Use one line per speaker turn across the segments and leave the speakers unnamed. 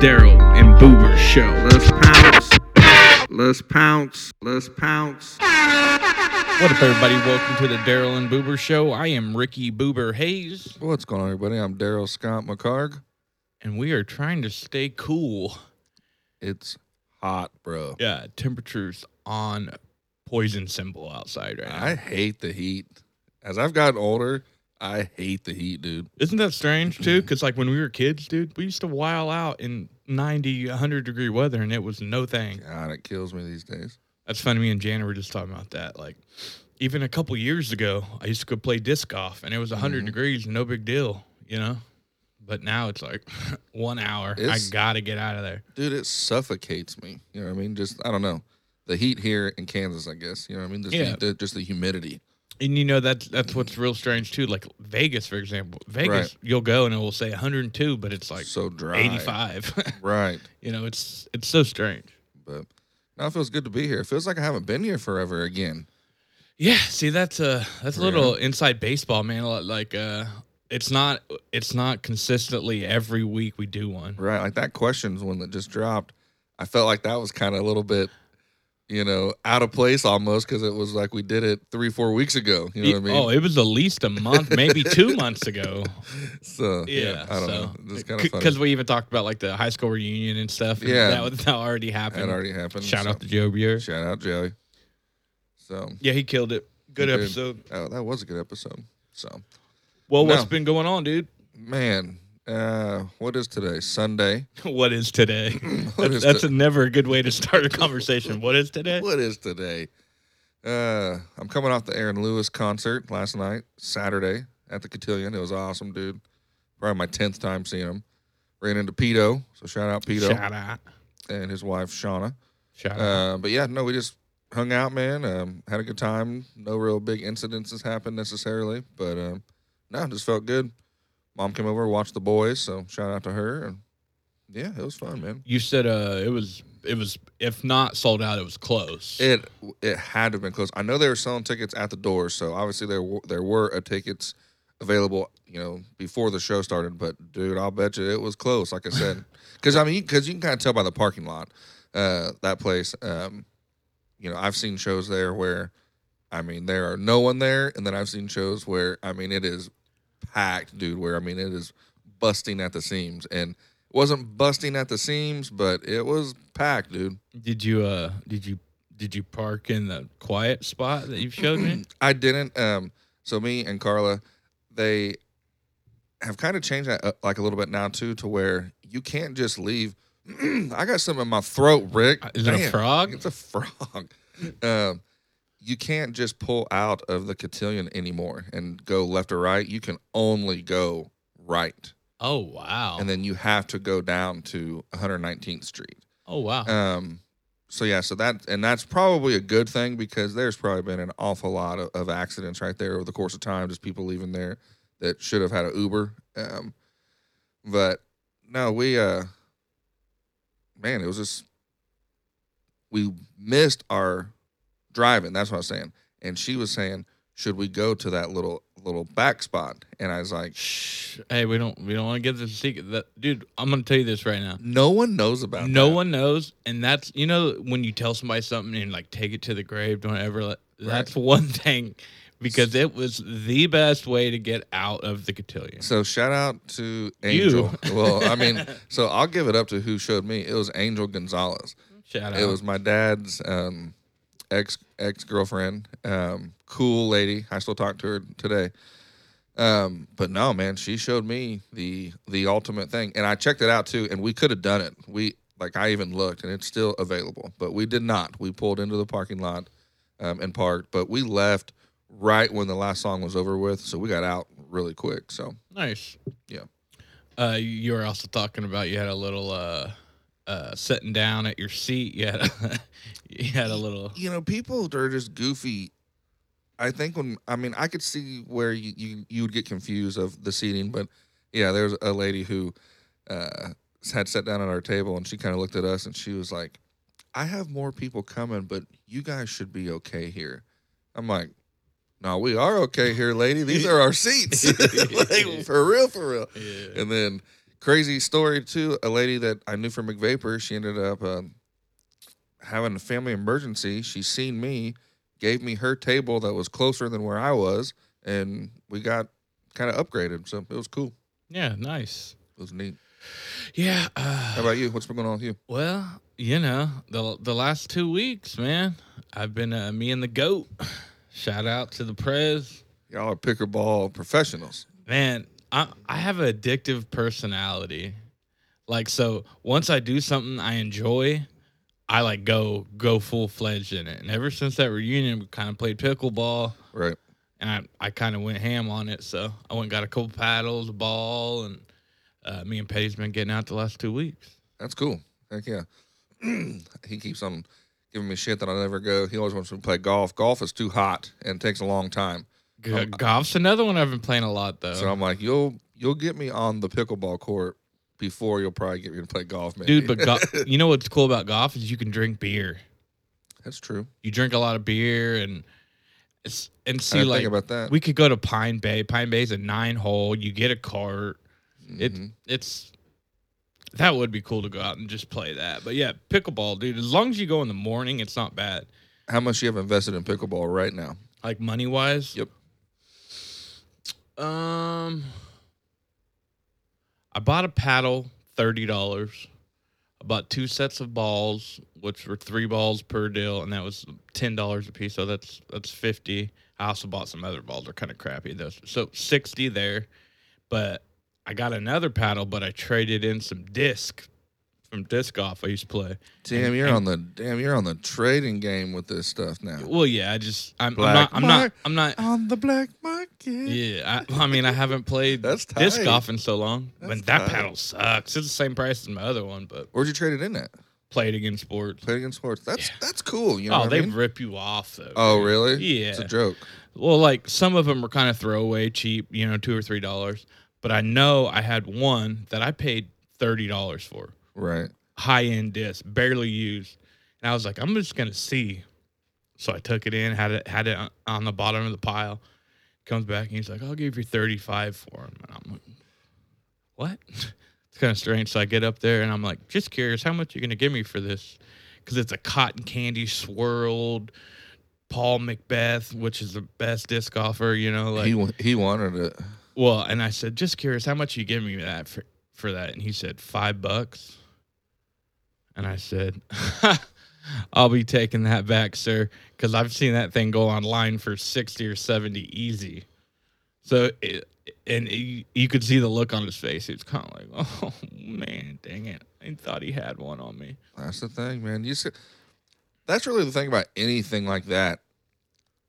Daryl and Boober show. Let's pounce. Let's pounce. Let's pounce.
What up, everybody? Welcome to the Daryl and Boober Show. I am Ricky Boober Hayes,
What's going on, everybody? I'm Daryl Scott McCarg.
and we are trying to stay cool.
It's hot, bro.
Yeah, temperatures on poison symbol outside right now.
I hate the heat. As I've gotten older, I hate the heat, dude.
Isn't that strange too? Because like when we were kids, dude, we used to while out in 90, 100 degree weather, and it was no thing.
God, it kills me these days.
That's funny. Me and Jan were just talking about that. Like, even a couple years ago, I used to go play disc golf, and it was 100
Mhm.
degrees, no big deal, you know. But now it's like one hour.
It's-
I gotta get out of there.
Dude, it suffocates me. You know what I mean? Just I don't know. The heat here in Kansas, I guess. You know what I mean? Just,
Yeah.
the, the, just the humidity.
And you know that's that's what's real strange too. Like Vegas, for example, Vegas, you'll go and it will say 102, but it's like
so dry.
85.
Right.
you know, it's it's so strange.
But now it feels good to be here. It feels like I haven't been here forever again.
Yeah, see that's a that's a
Yeah.
little inside baseball, man. Li- Like uh it's not it's not consistently every week we do one.
Right. Like that questions one that just dropped. I felt like that was kind of a little bit, you know, out of place almost because it was like we did it three, four weeks ago. You know what I mean?
Oh, it was at least a month, maybe 2 months ago.
so
Yeah,
I don't
so
know. It's kind of
cuz
funny.
we even talked about like the high school reunion and stuff. and
Yeah.
that, was- that already
That
happened.
already happened.
Shout
so-
out to Joe Buer.
shout out Joey. So
Yeah, he killed it. Good
He did.
episode.
oh, that was a good episode. So
Well, what's
No.
been going on, dude?
man, uh, what is today? Sunday.
What is today?
What
that's
is
that's
to-
a never a good way to start a conversation. What is today?
What is today? Uh, I'm coming off the Aaron Lewis concert last night, Saturday at the Cotillion. It was awesome, dude. Probably my tenth time seeing him. Ran into Pito, so shout out Pito
Shout out. Uh-huh.
and his wife Shauna.
Shout out.
Uh, but yeah, no, we just hung out, man. Um, had a good time. No real big incidences happened necessarily, but um, no, just felt good. Mom came over, watched the boys, so shout out to her. And yeah, it was fun, man.
You said uh, it was it was if not sold out, it was close.
It it had to have been close. I know they were selling tickets at the door, so obviously there were, there were uh tickets available, you know, before the show started. But dude, I'll bet you it was close. Like I said, because I mean, because you can kind of tell by the parking lot, uh, that place. Um, you know, I've seen shows there where, I mean, there are no one there, and then I've seen shows where I mean it is packed, dude. Where I mean it is busting at the seams, and it wasn't busting at the seams, but it was packed, dude.
did you uh did you did you park in the quiet spot that you showed me?
I didn't. Um, so me and Carla, they have kind of changed that uh, like a little bit now too, to where you can't just leave. I got something in my throat, Rick.
Uh, Is it a
Damn,
frog?
It's a frog. um, you can't just pull out of the cotillion anymore and go left or right. You can only go right,
Oh wow.
and then you have to go down to 119th Street.
oh wow.
Um, so yeah, so that and that's probably a good thing because there's probably been an awful lot of, of accidents right there over the course of time, just people leaving there that should have had an Uber. Um, but no, we uh, man, it was just we missed our driving. That's what I was saying, and she was saying, should we go to that little little back spot? And I was like,
Shh. Hey, we don't we don't want to give this a secret. That, dude, I'm gonna tell you this right now.
no one knows about
No
that.
one knows, and that's you know when you tell somebody something and like take it to the grave, don't ever let. That's one thing, because it was the best way to get out of the cotillion.
So shout out to Angel. Well, I mean, so I'll give it up to who showed me. It was Angel Gonzalez.
Shout out.
It was my dad's um, ex ex girlfriend. Um, cool lady. I still talk to her today. Um, but no, man, she showed me the the ultimate thing, and I checked it out too. And we could have done it. We like I even looked, and it's still available, but we did not. We pulled into the parking lot um, and parked, but we left right when the last song was over with, so we got out really quick. So.
nice.
Yeah.
Uh, you were also talking about you had a little uh, uh, sitting down at your seat. You had a, you had a little.
you know, people are just goofy. I think when I mean I could see where you you, you would get confused of the seating, but yeah, there's a lady who uh, had sat down at our table and she kind of looked at us and she was like, "I have more people coming, but you guys should be okay here." I'm like, "No, we are okay here, lady. These are our seats, like for real, for real."
Yeah.
And then Crazy story too. A lady that I knew from McVapor, she ended up um, having a family emergency. She seen me, gave me her table that was closer than where I was, and we got kind of upgraded. So it was cool.
Yeah, nice.
It was neat.
Yeah.
How
Uh,
about you? What's been going on with you?
well, you know, the the last two weeks, man, I've been uh, me and the goat. Shout out to the prez,
Y'all are pickleball professionals.
man. I I have an addictive personality. Like so, once I do something I enjoy, I like go go full fledged in it. And ever since that reunion, we kind of played pickleball.
Right.
and I, I kind of went ham on it. So I went and got a couple paddles, a ball, and uh, me and Petty's been getting out the last two weeks.
That's cool. Heck yeah. he keeps on giving me shit that I never go. He always wants me to play golf. Golf is too hot and takes a long time.
G- golf's another one I've been playing a lot though.
Um, So I'm like, you'll you'll get me on the pickleball court before you'll probably get me to play golf, maybe.
Dude, but go- you know what's cool about golf is you can drink beer.
that's true.
You drink a lot of beer and it's, and
I
see
didn't
like
think about that.
we could go to Pine Bay. Pine Bay's a nine hole. You get a cart. It
Mhm.
it's that would be cool to go out and just play that. But yeah, pickleball, dude. As long as you go in the morning, it's not bad.
How much you have invested in pickleball right now?
Like money wise?
Yep.
Um I bought a paddle, thirty dollars. I bought two sets of balls, which were three balls per deal, and that was ten dollars a piece, so that's that's fifty. I also bought some other balls, they're kinda crappy those so sixty there. But I got another paddle, but I traded in some disc from disc golf I used to play.
Damn,
And-
you're
and-
on the damn, you're on the trading game with this stuff now.
Well yeah, I just I'm, I'm
Oh. Black
not I'm not
mark.
I'm not
On the black market.
Yeah, I, I mean, I haven't played
That's
disc
tight.
golf in so long.
That's
but that
tight.
paddle sucks. It's the same price as my other one, but
Where'd you trade it in at?
played against sports.
Played against sports. That's that's cool. You know
oh,
what
they
I mean?
rip you off though.
Oh,
dude.
really? It's
Yeah.
a joke.
Well, like some of them were kind of throwaway, cheap, you know, two or three dollars. But I know I had one that I paid thirty dollars for,
Right.
high end disc, barely used, and I was like, I'm just gonna see. So I took it in, had it had it on- on the bottom of the pile. Comes back and he's like, I'll give you 35 for him. And I'm like, what? It's kind of strange. So I get up there and I'm like, just curious, how much you gonna give me for this? Because it's a cotton candy swirled Paul Macbeth, which is the best disc golfer, you know. Like,
he wa- he wanted it.
well, and I said, just curious, how much you give me that for, for that? And he said, five bucks. And I said, I'll be taking that back, sir, because I've seen that thing go online for 60 or 70 easy. So, it, and it, you could see the look on his face. It's kind of like, oh, man, dang it. I thought he had one on me.
That's the thing, man. You see, that's really the thing about anything like that.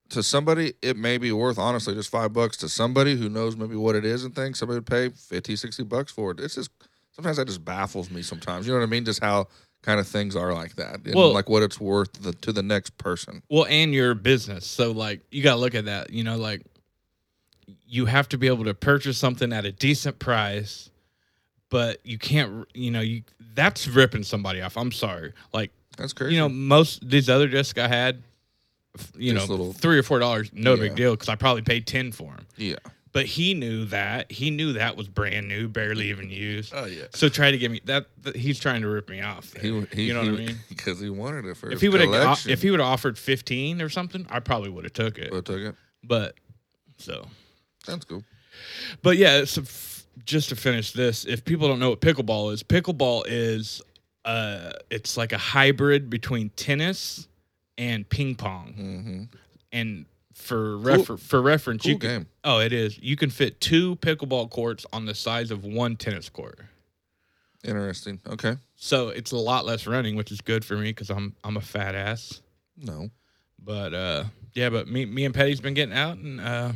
To somebody, it may be worth honestly just five bucks. To somebody who knows maybe what it is and things, somebody would pay 50, 60 bucks for it. It's just sometimes that just baffles me. Sometimes you know what I mean. Just how kind of things are like that, and
Well-
like what it's worth the, to the next person.
Well, and your business. So like you gotta look at that. You know, like you have to be able to purchase something at a decent price, but you can't. You know, you that's ripping somebody off. I'm sorry. Like
That's crazy.
you know, most these other discs I had, f- you
Just
know,
little-
three or four dollars, no
Yeah.
big deal, because I probably paid ten for them.
yeah.
But he knew that. He knew that was brand new, barely even used.
Oh yeah.
So try to get me that. that- he's trying to rip me off. there.
He, he,
you know
he,
what I mean?
Because he wanted it for
If
his
he would have,
collection.
if he would have offered fifteen or something, I probably would have took it
Would've took it.
but so
That's cool.
but yeah so f- just to finish this if people don't know what pickleball is pickleball is uh it's like a hybrid between tennis and ping pong
Mm-hmm.
and for refer- for reference
Cool
you can
game.
oh it is you can fit two pickleball courts on the size of one tennis court
Interesting. Okay.
so it's a lot less running which is good for me because i'm i'm a fat ass
No.
but uh yeah but me me and Petty's been getting out and uh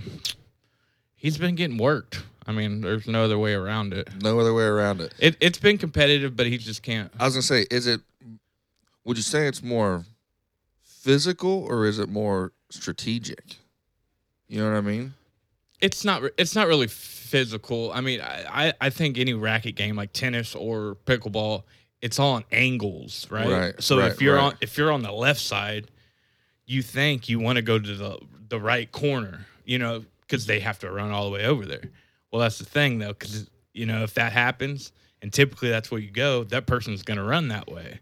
he's been getting worked i mean there's no other way around it
No other way around it.
It it's been competitive, but he just can't.
I was gonna say, is it? Would you say it's more physical or is it more strategic? You know what I mean?
It's not re- it's not really physical. I mean, I I, I think any racket game like tennis or pickleball, it's all on angles, right?
Right,
so
right,
if you're
right.
on if you're on the left side, you think you want to go to the the right corner, you know, because they have to run all the way over there. Well, that's the thing though, because you know if that happens, and typically that's where you go. That person's going to run that way.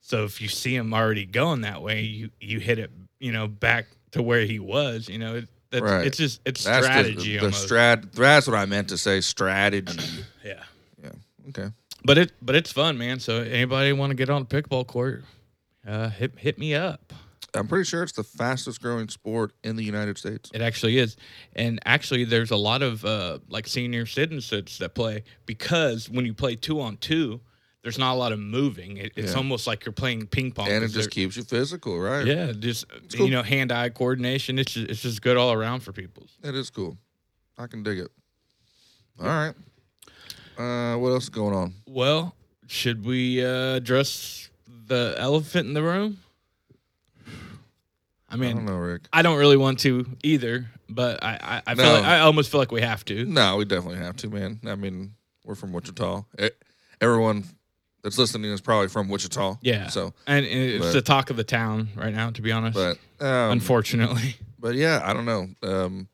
So if you see him already going that way, you you hit it, you know, back to where he was. You know, it, that's,
Right.
it's just it's
That's
strategy.
The, the
almost.
strat. That's what I meant to say. Strategy.
yeah,
yeah. Okay.
but it but it's fun, man. So anybody want to get on the pickleball court, uh, hit hit me up.
I'm pretty sure it's the fastest growing sport in the United States.
It actually is, and actually, there's a lot of uh, like senior citizens that play because when you play two on two, there's not a lot of moving. It, it's
Yeah.
almost like you're playing ping pong.
And it
'cause
just keeps you physical,
they're-
right?
Oh, yeah, just
cool.
you know, hand eye coordination. It's just, it's just good all around for people.
It is cool. I can dig it. All right. Uh, what else is going on?
Well, should we uh, address the elephant in the room? I
I
mean,
don't know, Rick.
I don't really want to either, but I I, I feel
No.
like, I almost feel like we have to.
No, we definitely have to, man. I mean, we're from Wichita. E- everyone that's listening is probably from Wichita.
Yeah.
So,
And it's
But-
the talk of the town right now, to be honest.
but um,
unfortunately.
but yeah, I don't know. Um,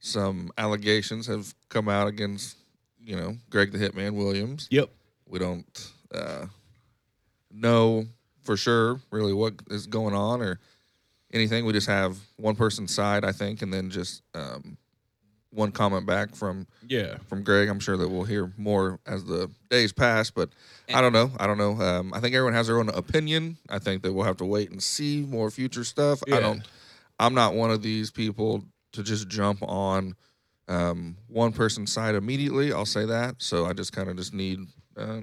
some allegations have come out against, you know, Greg the Hitman Williams.
Yep.
we don't uh, know for sure really what is going on or anything. We just have one person's side, I think, and then just um, one comment back from
Yeah.
from Greg. I'm sure that we'll hear more as the days pass, but I don't know. I don't know. Um, I think everyone has their own opinion. I think that we'll have to wait and see more future stuff.
Yeah.
I don't. I'm not one of these people to just jump on um, one person's side immediately. I'll say that. So I just kind of just need uh,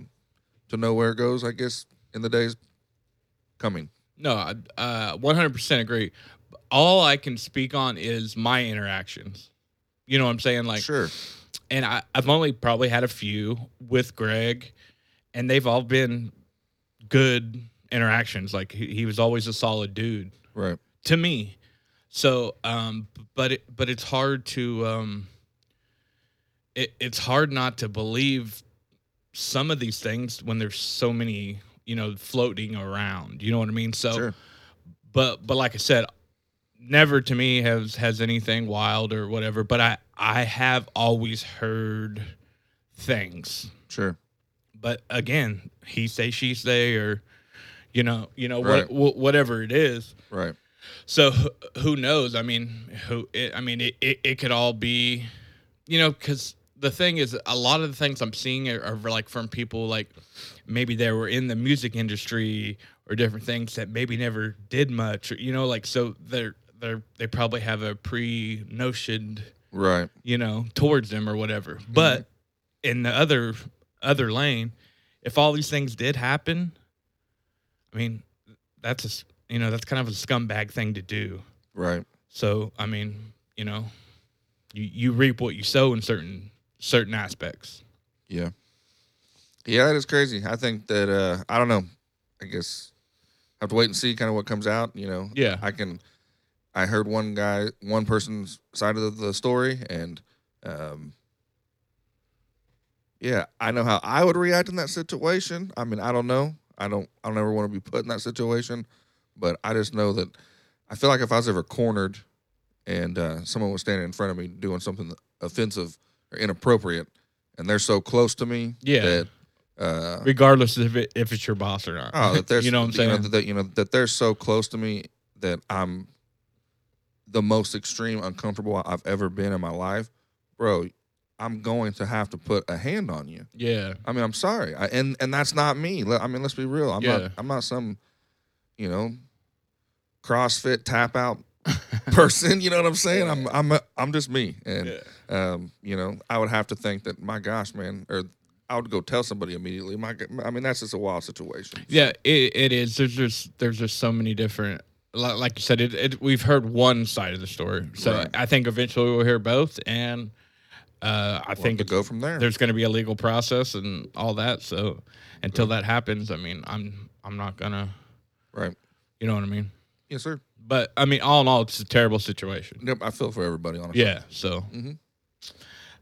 to know where it goes. I guess in the days coming.
No, I uh, 100% agree. All I can speak on is my interactions. You know what I'm saying? Like,
sure.
and I, I've only probably had a few with Greg, and they've all been good interactions. Like, he, he was always a solid dude.
Right.
to me. So, um, but it, but it's hard to um, it, it's hard not to believe some of these things when there's so many you know floating around. You know what I mean? So,
Sure.
but but like I said, never to me has has anything wild or whatever. But I I have always heard things.
Sure.
But again, he say she say or you know you know
Right.
what, wh- whatever it is.
Right.
So wh- who knows? I mean, who? It, I mean, it, it, it could all be, you know, because the thing is, a lot of the things I'm seeing are, are like from people like maybe they were in the music industry or different things that maybe never did much, or, you know, like so they're they're they probably have a pre notioned
Right.
you know towards them or whatever. But in the other other lane, if all these things did happen, I mean, that's a s- you know that's kind of a scumbag thing to do.
Right.
So I mean, you know, you, you reap what you sow in certain certain aspects.
Yeah. Yeah, that is crazy. I think that uh I don't know. I guess have to wait and see kind of what comes out, you know.
Yeah.
I can I heard one guy one person's side of the, the story and um yeah, I know how I would react in that situation. I mean, I don't know. I don't I don't ever want to be put in that situation, but I just know that I feel like if I was ever cornered and uh, someone was standing in front of me doing something offensive or inappropriate, and they're so close to me
Yeah.
that uh,
Regardless if it, if it's your boss or not.
oh, that they're
you know what I'm saying?
You know, that, you know that they're so close to me that I'm the most extreme uncomfortable I've ever been in my life, bro. I'm going to have to put a hand on you.
yeah.
I mean, I'm sorry, I, and and that's not me. Le- I mean, let's be real. I'm
Yeah.
not. I'm not some, you know, CrossFit tap out person. You know what I'm saying? I'm I'm a, I'm just me, and
Yeah.
um, you know, I would have to think that my gosh, man, or I would go tell somebody immediately. My, g- I mean, that's just a wild situation.
Yeah, it, it is. There's just there's just so many different. li- Like you said, it, it we've heard one side of the story, so
Right.
I think eventually we'll hear both, and uh, I
We'll
think
have
it's,
to go from there.
there's going to be a legal process and all that. So until that happens, I mean, I'm I'm not gonna,
Right?
you know what I mean.
Yes, sir.
But I mean, all in all, it's a terrible situation.
Yep, I feel for everybody. Honestly.
Yeah. So
Mhm.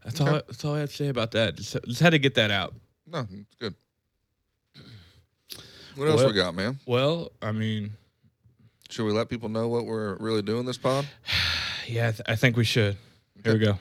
that's all. That's all I have to say about that. Just, just had to get that out.
No, it's good. What else
Well-
we got, man?
Well, I mean,
Should we let people know what we're really doing this pod?
yeah, I, th- I think we should. Here we go.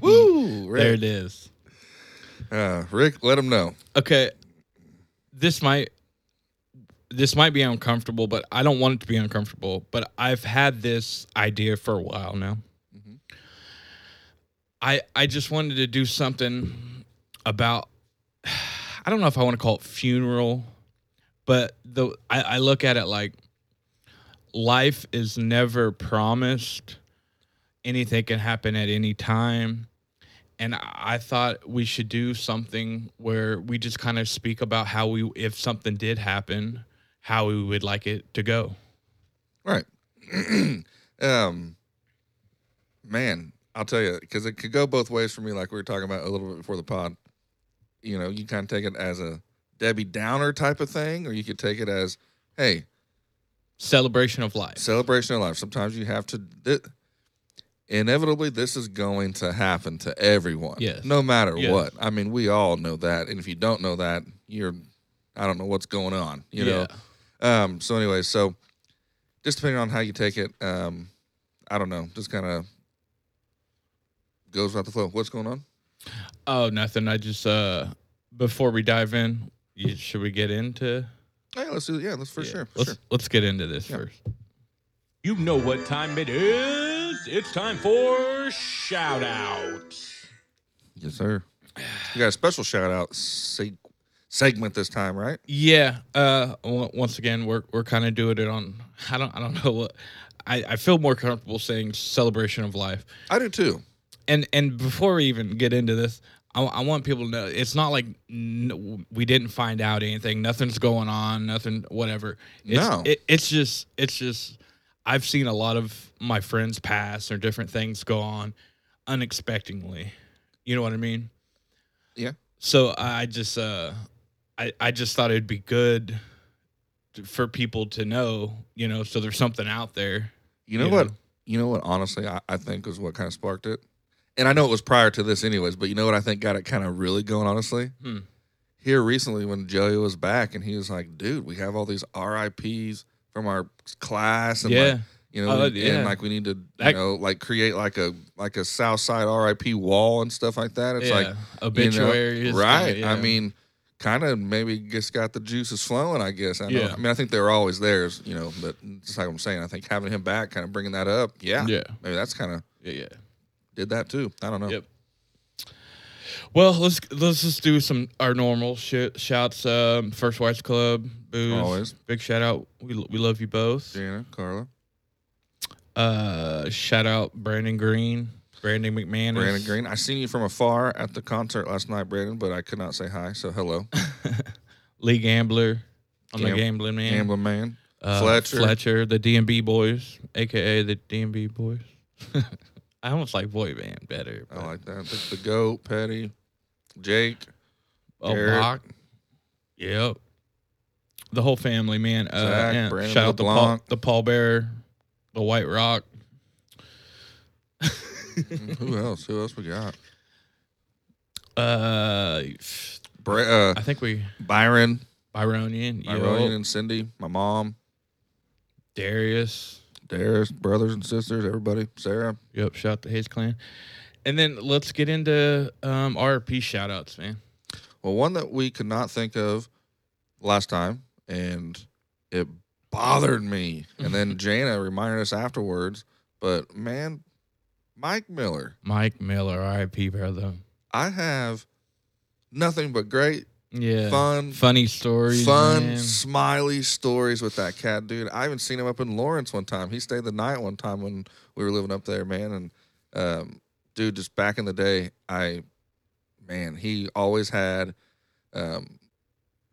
Woo!
There
Rick.
it is.
Uh, Rick, let him know.
Okay. This might this might be uncomfortable, but I don't want it to be uncomfortable. But I've had this idea for a while now.
Mhm.
I I just wanted to do something about I don't know if I want to call it funeral, but the I, I look at it like life is never promised. Anything can happen at any time and I- I thought we should do something where we just kind of speak about how we, if something did happen, how we would like it to go.
Right. um, man, I'll tell you because it could go both ways for me. Like we were talking about a little bit before the pod. You know, you kind of take it as a Debbie Downer type of thing, or you could take it as, hey,
Celebration of life.
celebration of life. Sometimes you have to. Th- inevitably, this is going to happen to everyone.
Yes.
No matter
Yes.
what. I mean, we all know that, and if you don't know that, you're, I don't know what's going on. You know. Um, so anyway, so just depending on how you take it, um, I don't know, just kind of goes without the flow. What's going on?
Oh, nothing. I just uh, before we dive in, you, should we get into?
Oh, Yeah, let's do. Yeah, let's for
Yeah.
sure. For
Let's
sure.
let's get into this
Yeah.
first.
You know what time it is. It's time for shout outs.
Yes, sir. You got a special shout out seg- segment this time, right?
Yeah. Uh. on- Once again, we're we're kind of doing it on. I don't. I don't know what. I, I feel more comfortable saying celebration of life.
I do too.
and and before we even get into this i, I want people to know it's not like n- we didn't find out anything nothing's going on nothing whatever it's,
No.
it, it's just it's just i've seen a lot of my friends pass or different things go on unexpectedly you know what i mean
Yeah.
so i just uh i i just thought it'd be good to- for people to know you know so there's something out there
You know
Yeah.
what? You know what? Honestly, I, I think was what kind of sparked it, and I know it was prior to this, anyways. But you know what? I think got it kind of really going. Honestly,
Hmm.
here recently when Joey was back, and he was like, "Dude, we have all these RIPS from our class, and like,
yeah
you know,
Oh,
and,
yeah.
like we need to, you
That-
know, like create like a like a South Side RIP wall and stuff like that. It's
yeah.
like
obituaries
you know,
kinda,
right?
yeah.
I mean, kind of maybe just got the juices flowing. I guess. I, know.
Yeah.
I mean, I think they're always theirs, you know. But just like I'm saying, I think having him back, kind of bringing that up, yeah,
yeah
maybe that's kind of
yeah yeah
did that too. I don't know.
Yep. Well, let's let's just do some our normal shit shouts. Um, First Wives Club, booze,
Always.
big shout out. We we love you both.
Gina, Carla,
Uh, shout out Brandon Green, Brandon McManus,
Brandon Green. I seen you from afar at the concert last night, Brandon, but I could not say hi. So hello,
Lee Gambler. I'm the
Gam-
gambling man.
Amber Man.
Uh,
Fletcher.
Fletcher, the DMB boys, aka the DMB boys. I almost like boy band better.
I
but-
like that. The, the goat, Petty, Jake.
Oh,
Garrett.
Bach. Yep. The whole family, man. Uh,
Zach,
and
Brandon
shout out the Paul,
LeBlanc.
the pallbearer, the White Rock.
Mm, Who else? Who else we got?
Uh,
Bra- uh,
I think we
Byron,
Byronian,
Byron
Byronian.
and Cindy, my mom,
Darius.
Darius, brothers and sisters, everybody, Sarah.
Yep. Shout out the Hayes clan. And then let's get into um, RP shout outs, man.
Well, one that we could not think of last time, and it bothered me. And then Jana reminded us afterwards, but man, Mike Miller,
Mike Miller, RIP, brother.
I have nothing but great,
Yeah.
fun,
Funny stories.
fun,
man.
smiley stories with that cat, dude. I even seen him up in Lawrence one time. He stayed the night one time when we were living up there, man. And um, dude, just back in the day, I, man, he always had um,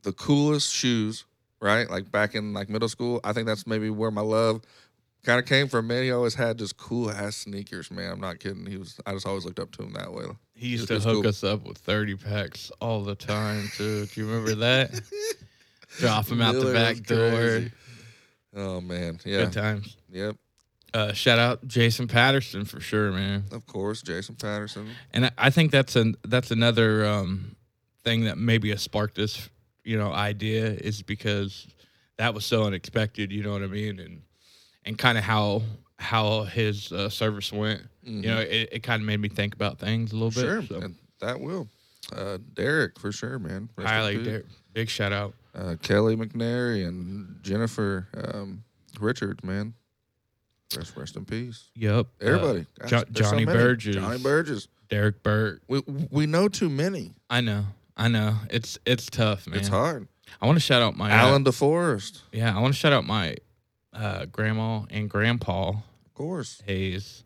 the coolest shoes, right? Like back in like middle school. I think that's maybe where my love kind of came from. Man, he always had just cool ass sneakers, man. I'm not kidding. He was. I just always looked up to him that way.
He used
It
to
was
hook
cool.
us up with 30 packs all the time, too. Do you remember that? Drop him out the
Miller
back
was
door.
crazy. Oh man, yeah,
Good times.
yep.
Uh, shout out Jason Patterson for sure, man.
Of course, Jason Patterson.
And I, I think that's an that's another um, thing that maybe has sparked this, you know, idea is because that was so unexpected. You know what I mean? And and kind of how how his uh, service went. You know, it, it kind of made me think about things a little
Mm-hmm. Sure,
bit. so
and that will. Uh, Derek for sure, man. Rest
I
in
like
peace.
Derek. Big shout out.
Uh, Kelly McNary and Jennifer um, Richards, man. Rest, rest in peace.
Yep. uh,
Everybody. Gosh,
Jo-
there's so
Johnny
many.
Burgess.
Johnny Burgess.
Derek Burke.
We we know too many.
I know. I know. It's it's tough, man.
It's hard.
I want to shout out my uh,
Alan DeForest,
yeah, I want to shout out my uh, grandma and grandpa
of course.
Hayes.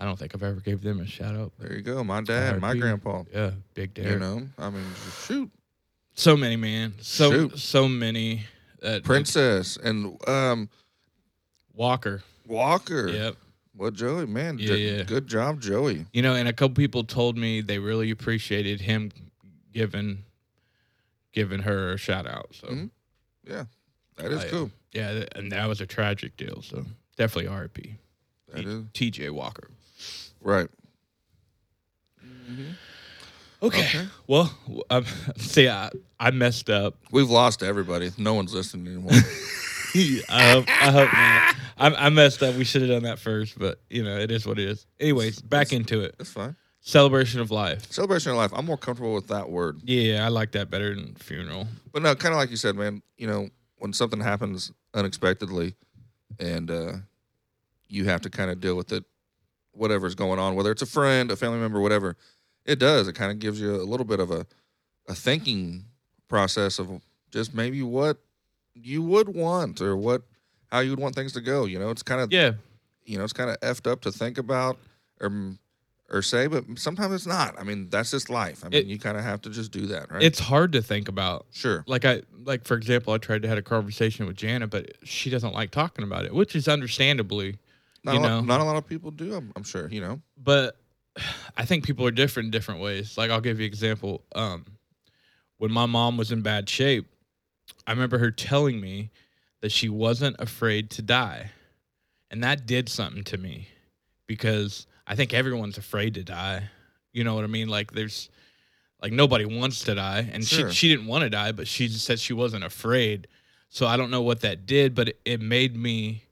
I don't think I've ever gave them a shout out. but
There you go. My dad, my
R.I.P..
grandpa.
Yeah, big Derek.
You know, I mean, shoot,
So many, man. So
Shoot.
so many. Uh, That
Princess and um,
Walker.
Walker.
Yep.
Well, Joey, man,
Yeah,
d-
yeah.
good job, Joey.
You know, and a couple people told me they really appreciated him giving giving her a shout out. So
Mhm. That is
I-
cool.
Yeah, th- and that was a tragic deal. So definitely RP.
That is
TJ Walker.
right.
Okay. Well, w- um, see, I, I messed up.
We've lost everybody. No one's listening anymore.
I hope, I hope not. I, I messed up. We should have done that first, but you know, it is what it is. Anyways, back into it.
That's fine.
Celebration of life.
Celebration of life. I'm more comfortable with that word.
Yeah, I like that better than funeral.
But no, kind of like you said, man. You know, when something happens unexpectedly, and uh, you have to kind of deal with it, whatever's going on, whether it's a friend, a family member, whatever, it does. It kind of gives you a little bit of a, a thinking process of just maybe what you would want or what how you would want things to go. You know, it's kind of
Yeah,
you know it's kind of effed up to think about or or say, but sometimes it's not. I mean, that's just life. I mean,
It-
you kind of have to just do that, right?
it's hard to think about.
sure.
Like I like for example, I tried to had a conversation with Jana, but she doesn't like talking about it, which is understandably.
Not,
you
a
know.
lot, not a lot of people do. I'm, I'm sure. You know.
but I think people are different in different ways. Like I'll give you an example. Um, when my mom was in bad shape, I remember her telling me that she wasn't afraid to die, and that did something to me because I think everyone's afraid to die. You know what I mean? Like there's like nobody wants to die, and
Sure.
she she didn't want to die, but she just said she wasn't afraid. So I don't know what that did, but it, it made me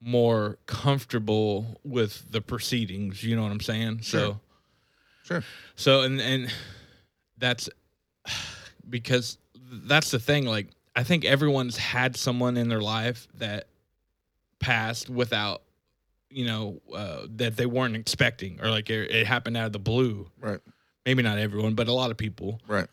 more comfortable with the proceedings. You know what I'm saying? So,
Sure. Sure.
so and and that's because that's the thing. Like I think everyone's had someone in their life that passed without, you know, uh, that they weren't expecting, or like it, it happened out of the blue.
Right.
Maybe not everyone, but a lot of people.
Right.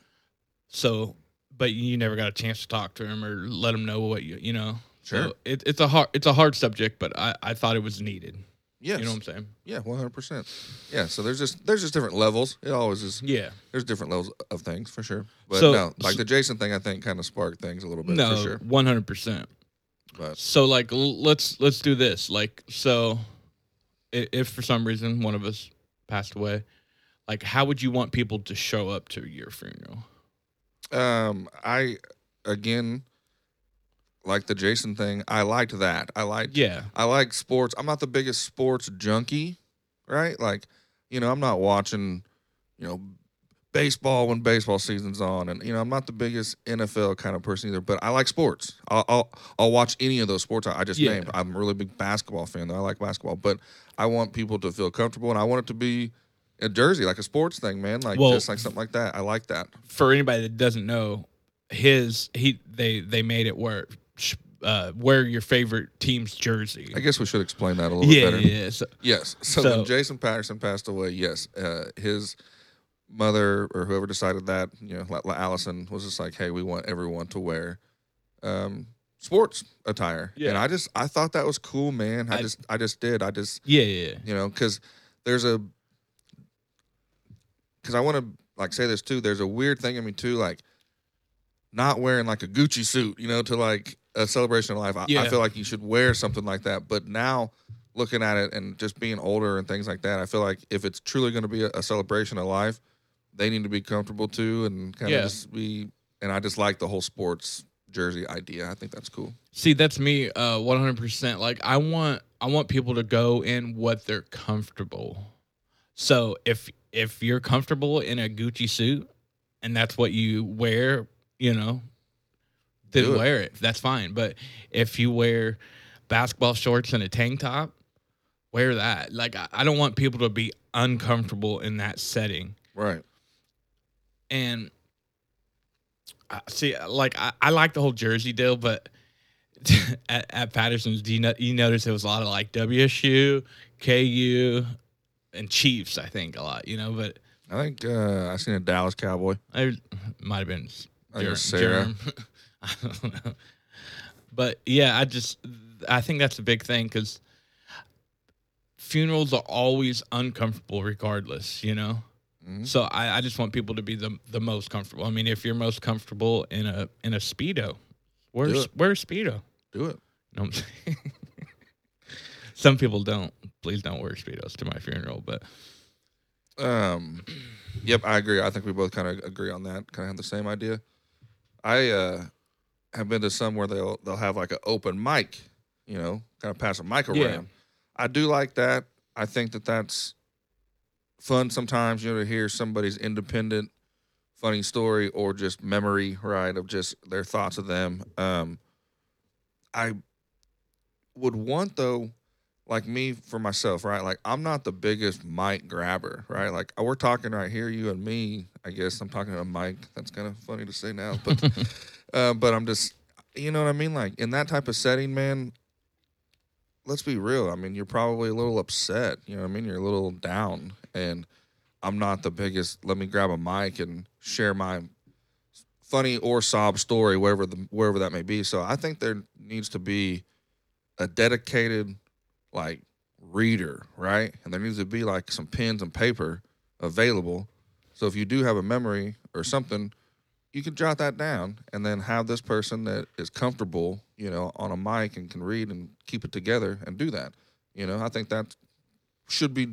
So, but you never got a chance to talk to him or let him know what you you know.
Sure.
So it, it's a hard it's a hard subject, but I I thought it was needed.
Yes.
You know what I'm saying?
yeah. One hundred percent. Yeah. So there's just there's just different levels. It always is.
Yeah.
There's different levels of things for sure. But
So-
no, like
so-
the Jason thing, I think kind of sparked things a little bit for
No,
sure.
one hundred percent.
But
So like l- let's let's do this. Like so, if, if for some reason one of us passed away, like how would you want people to show up to your funeral?
um, I again like the Jason thing. I liked that. I liked
Yeah.
I like sports. I'm not the biggest sports junkie, right? Like, you know, I'm not watching, you know, baseball when baseball season's on, and you know, I'm not the biggest NFL kind of person either. But I like sports. I'll I'll, I'll watch any of those sports I, I just
Yeah.
named. I'm a really big basketball fan though. I like basketball, but I want people to feel comfortable, and I want it to be a jersey, like a sports thing, man. Like
Well-
just like something like that. I like that.
For anybody that doesn't know, his he they they made it work. Sh- Uh, wear your favorite team's jersey.
I guess we should explain that a little
yeah,
bit better.
yeah. So,
Yes. So,
So-
when Jason Patterson passed away, yes, uh, his mother or whoever decided that, you know, like, like Allison was just like, "Hey, we want everyone to wear um, sports attire."
Yeah.
And I just I thought that was cool, man. I,
I-
just I just did. I just
yeah, yeah, yeah.
you know because there's a because I want to like say this too. There's a weird thing in me too, like not wearing like a Gucci suit, you know, to like a celebration of life. I, I
Yeah.
feel like you should wear something like that. But now looking at it and just being older and things like that, I feel like if it's truly going to be a, a celebration of life, they need to be comfortable too and kind of
Yeah.
just be. And I just like the whole sports jersey idea. I think that's cool.
See, that's me, uh, one hundred percent. Like, I want, I want people to go in what they're comfortable. So if if you're comfortable in a Gucci suit, and that's what you wear, you know, then
Do it.
wear it. That's fine. But if you wear basketball shorts and a tank top, wear that. Like I, I don't want people to be uncomfortable in that setting.
Right.
And I, see, like I, I like the whole jersey deal, but at, at Patterson's, do you know, you notice there was a lot of like WSU, KU, and Chiefs? I think a lot, you know, but
I think uh, I seen a Dallas Cowboy.
I might have been
I guess Sarah.
germ. I don't know. But yeah, I just I think that's a big thing because funerals are always uncomfortable, regardless. You know.
Mhm.
So I, I just want people to be the the most comfortable. I mean, if you're most comfortable in a in a speedo, wear
Do
s- wear a speedo.
Do it.
No, I'm saying. Some people don't. Please don't wear speedos to my funeral. But
Um, yep, I agree. I think we both kind of agree on that. Kind of have the same idea. I uh, have been to some where they'll they'll have like an open mic, you know, kind of pass a mic around.
Yeah.
I do like that. I think that that's fun sometimes, you know, to hear somebody's independent, funny story or just memory, right, of just their thoughts of them. Um, I would want though like me for myself, right? Like I'm not the biggest mic grabber, right? Like uh, we're talking right here, you and me. I guess I'm talking to a mic. That's kind of funny to say now, but uh, but I'm just, you know what I mean? Like in that type of setting, man. Let's be real. I mean, you're probably a little upset. You know what I mean? You're a little down, and I'm not the biggest. Let me grab a mic and share my funny or sob story, wherever the wherever that may be. So I think there needs to be a dedicated like reader, right? And there needs to be like some pens and paper available. So if you do have a memory or something, you can jot that down and then have this person that is comfortable, you know, on a mic and can read and keep it together and do that. You know, I think that should be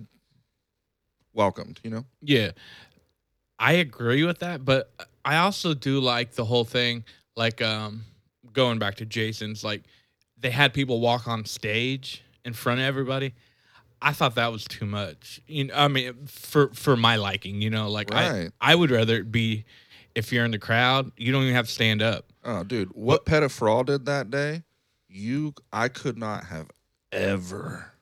welcomed, you know?
Yeah, I agree with that, but I also do like the whole thing. Like, um, going back to Jason's, like they had people walk on stage in front of everybody. I thought that was too much. You know, I mean, for for my liking, you know, like
Right.
I I would rather it be if you're in the crowd, you don't even have to stand up.
Oh, dude, what pet of fraud did that day? You, I could not have ever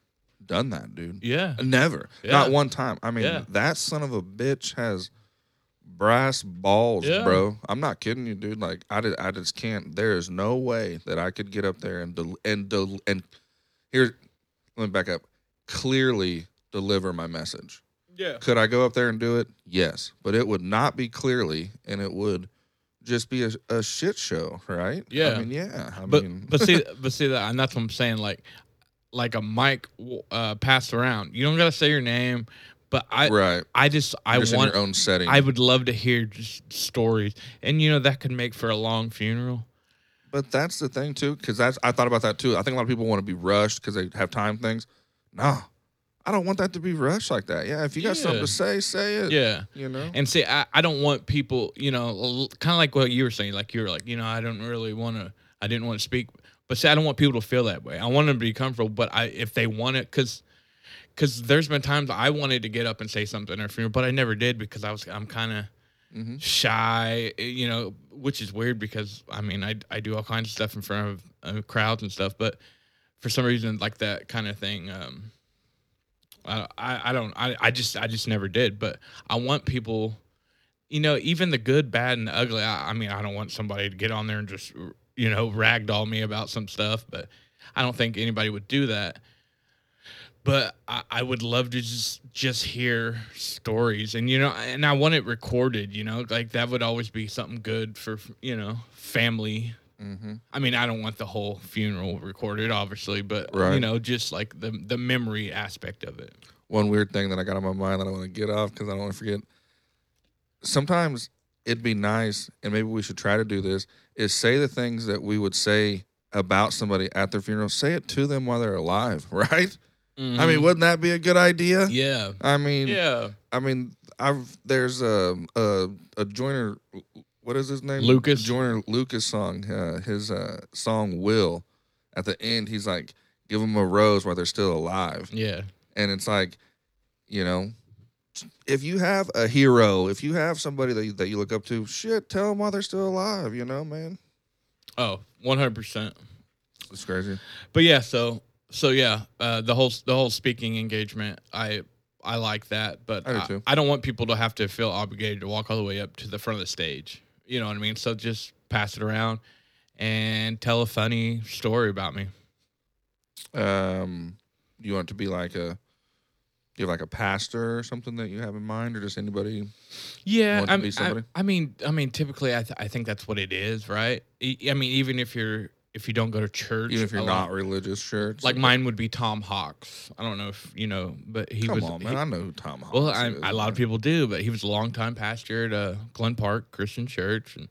done that, dude.
Yeah,
Never.
Yeah.
Not one time. I mean,
Yeah.
that son of a bitch has brass balls,
Yeah.
bro. I'm not kidding you, dude. Like I did, I just can't. There is no way that I could get up there and del- and del- and here. Let me back up. Clearly deliver my message.
yeah,
Could I go up there and do it? Yes, but it would not be clearly, and it would just be a, a shit show, right?
Yeah.
I mean, yeah. I
but
mean,
but see but see that, and that's what I'm saying. Like like a mic w- uh, passed around. You don't gotta say your name, but I
right.
I just I
You're just
want
in your own setting.
I would love to hear just stories, and you know that could make for a long funeral.
But that's the thing too, because that's I thought about that too. I think a lot of people want to be rushed because they have time things. Nah, I don't want that to be rushed like that. Yeah, if you got something
Yeah.
to say, say it.
Yeah,
you know.
and see, I, I don't want people, you know, kind of like what you were saying. Like you were like, you know, I don't really want to, I didn't want to speak, but see, I don't want people to feel that way. I want them to be comfortable, but I if they want it, because because there's been times I wanted to get up and say something at a funeral, but I never did because I was I'm kind of
hmm
shy, eh, you know, which is weird because I mean, I, I do all kinds of stuff in front of uh, crowds and stuff, but for some reason, like that kind of thing, um, I, I I don't, I, I just, I just never did, but I want people, you know, even the good, bad, and the ugly. I, I mean, I don't want somebody to get on there and just, you know, ragdoll me about some stuff, but I don't think anybody would do that. But I, I would love to just just hear stories, and you know, and I want it recorded. You know, like that would always be something good for you know family.
hmm
I mean, I don't want the whole funeral recorded, obviously, but you
Right.
know, just like the the memory aspect of it.
One weird thing that I got on my mind that I want to get off because I don't want to forget. Sometimes it'd be nice, and maybe we should try to do this: is say the things that we would say about somebody at their funeral. Say it to them while they're alive, right? I mean, wouldn't that be a good idea?
Mm-hmm. yeah,
I mean,
Mm-hmm. yeah,
I mean, I've there's a a, a Joiner. What is his name?
Lucas.
Joiner Lucas song. Uh, his uh, song "Will." At the end, he's like, "Give them a rose while they're still alive,"
yeah,
and it's like, you know, if you have a hero, if you have somebody that you, that you look up to, shit, tell them while they're still alive. You know, man,
oh, 100 percent.
it's crazy.
But yeah, so so yeah, uh, the whole the whole speaking engagement, I I like that, but
I do
I,
too.
I don't want people to have to feel obligated to walk all the way up to the front of the stage. You know what I mean? So just pass it around and tell a funny story about me.
Um, you want it to be like a, you have like a pastor or something that you have in mind, or just anybody?
Yeah,
Want it to
I
be
mean, I,
somebody?
I mean, I mean, typically, I, th- I think that's what it is, right? E- I mean, even if you're if you don't go to church,
Even if you're
a
not
lot-
religious, sure. it's
like mine would be Tom Hawks. I don't know if you know, but he
Come
was
on, man.
he-
I know who Tom Hanks
well, I,
is.
a lot of
man.
people do, but he was a longtime pastor at uh, Glen Park Christian Church, and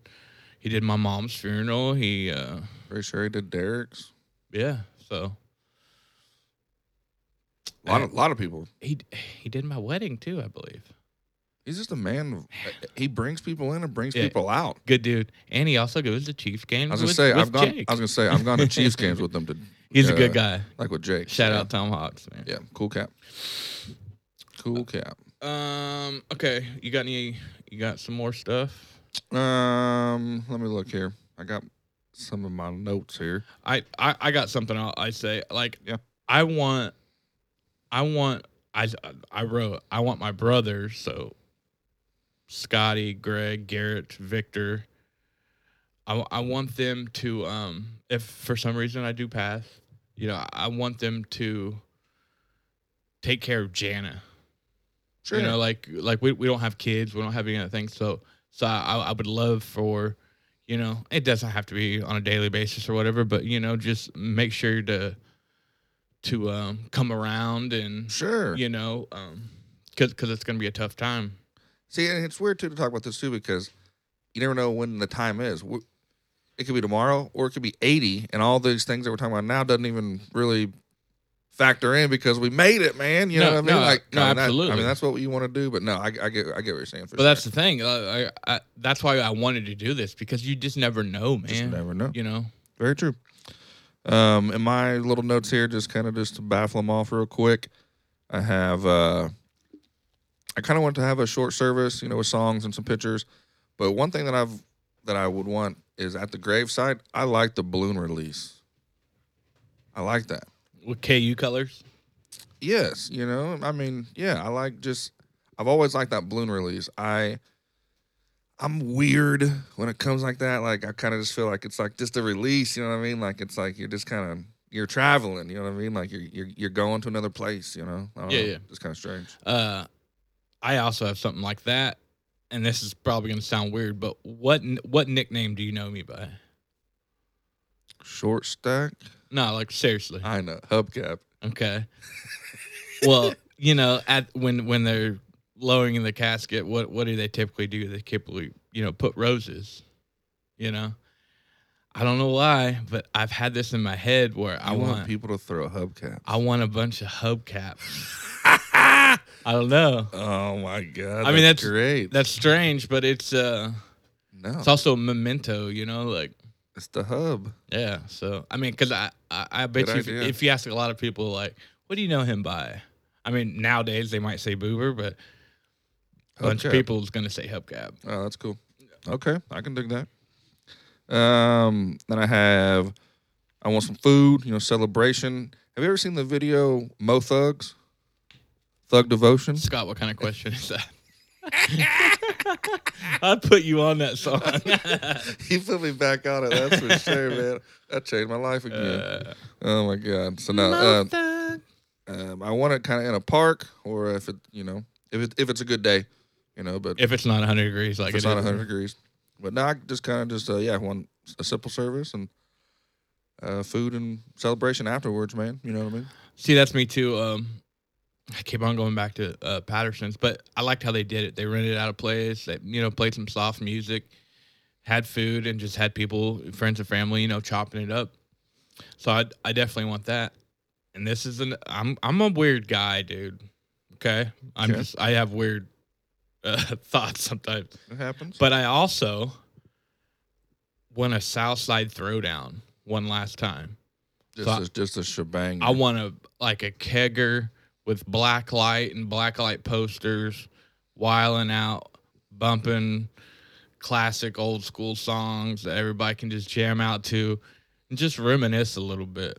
he did my mom's funeral. He, uh,
Pretty sure he did Derek's.
yeah, so Uh,
A lot, of, lot of people.
he he did my wedding too, I believe.
He's just a man. of- He brings people in and brings
Yeah.
people out.
Good dude, and he also goes to Chiefs games.
I was gonna
with-
say
with
I've gone.
Jake.
I was gonna say I've gone to Chiefs games with them. To
He's a
uh,
good guy.
Like with Jake.
Shout
yeah.
out Tom Hawks, man.
Yeah, cool cap. Cool cap.
Um. Okay. You got any? You got some more stuff?
Um, let me look here. I got some of my notes here.
I I, I got something. I'll, I say like
Yeah.
I want, I want. I I wrote. I want my brothers. So, Scotty, Greg, Garrett, Victor. I wa- I want them to um. If for some reason I do pass, you know, I, I want them to take care of Jana. You know, like like we, we don't have kids, we don't have any other things. So so I I would love for, you know, it doesn't have to be on a daily basis or whatever, but you know, just make sure to to um come around and
sure.
you know, um cuz cuz it's going to be a tough time.
See, and it's weird too to talk about this too because you never know when the time is. W- It could be tomorrow, or it could be eighty, and all these things that we're talking about now doesn't even really factor in because we made it, man. You know
No,
what I mean?
no,
like,
no,
I mean, that- I
absolutely.
mean, that's what you want to do, but no, I, I get, I get what you're saying. For
But that's the thing. I, I, I that's why I wanted to do this because you just never know, man.
just never know.
You know.
Very true. Um, in my little notes here, just kind of just to baffle them off real quick, I have uh, I kind of want to have a short service, you know, with songs and some pictures. But one thing that I've that I would want is at the gravesite. I like the balloon release. I like that.
With KU colors.
Yes, you know, I mean, yeah, I like just I've always liked that balloon release. I I'm weird when it comes like that. Like I kind of just feel like it's like just a release, you know what I mean? Like it's like you're just kind of you're traveling, you know what I mean? Like you're you're, you're going to another place, you know? I don't
Yeah,
know,
yeah.
It's kind of strange.
uh, I also have something like that, and this is probably going to sound weird, but what n- what nickname do you know me by?
Short stack.
No, like seriously.
I know. Hubcap.
Okay. well, you know, at when when they're lowering the casket, what what do they typically do? They typically you know put roses. You know, I don't know why, but I've had this in my head where I
I want,
want,
people to throw hubcaps.
I want a bunch of hubcaps. I don't know.
oh my god.
I mean, that's-
great.
That's strange, but it's uh,
no.
it's also a memento. You know, like.
it's the hub.
Yeah. So I mean, because I, I I bet
Good
you if,
idea.
if you ask a lot of people, like, what do you know him by? I mean, nowadays they might say Boober, but a bunch
Hubcap.
of people is gonna say Hubcap.
Oh, that's cool. Okay, I can dig that. Um, then I have, I want some food. You know, celebration. Have you ever seen the video Mo Thugs, Thug Devotion?
Scott, what kind of question is that? I put you on that song.
he put me back on it. That's for sure, man. That changed my life again.
Uh,
oh my god. So now, uh, um, I want it kind of in a park, or if it, you know, if it, if it's a good day, you know. But
if it's not 100 degrees, like
if it's
it
not
is-
100 degrees. But now I just kind of just uh, yeah, one a simple service and uh, food and celebration afterwards, man. You know what I mean?
See, that's me too. Um, I keep on going back to uh, Patterson's, but I liked how they did it. They rented out a place. They you know played some soft music, had food, and just had people, friends and family, you know, chopping it up. So I I definitely want that. And this is an I'm I'm a weird guy, dude. Okay, I'm
Okay.
just I have weird uh, thoughts sometimes.
It happens.
But I also want a Southside Throwdown one last time.
just
so
a, just a shebang.
I want a like a kegger with black light and black light posters, whiling out, bumping classic old school songs that everybody can just jam out to and just reminisce a little bit.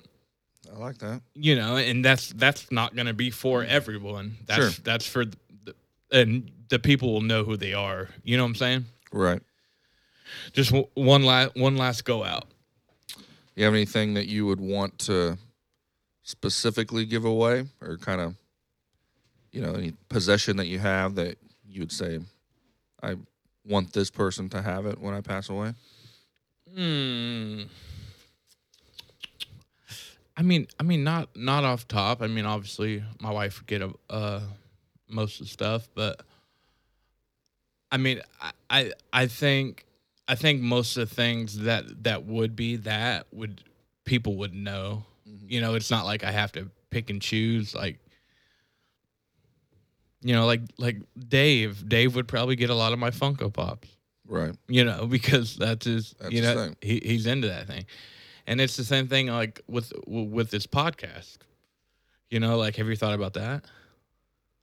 I like that.
you know and that's that's not going to be for everyone that's
Sure.
that's for the, and the people will know who they are you know what i'm saying
Right.
just w- one last one last go out
You have anything that you would want to specifically give away, or kind of, you know, any possession that you have that you would say, I want this person to have it when I pass away?
Hmm. I mean, I mean, not not off top. I mean, obviously, my wife would get a, uh, most of the stuff, but I mean, I, I I think I think most of the things that that would be that would people would know. You know, it's not like I have to pick and choose. Like, you know, like like Dave. Dave would probably get a lot of my Funko Pops
Right.
you know, because that's his,
That's
you
his
know,
thing.
he, he's into that thing. And it's the same thing like with w- with this podcast. You know, like have you thought about that?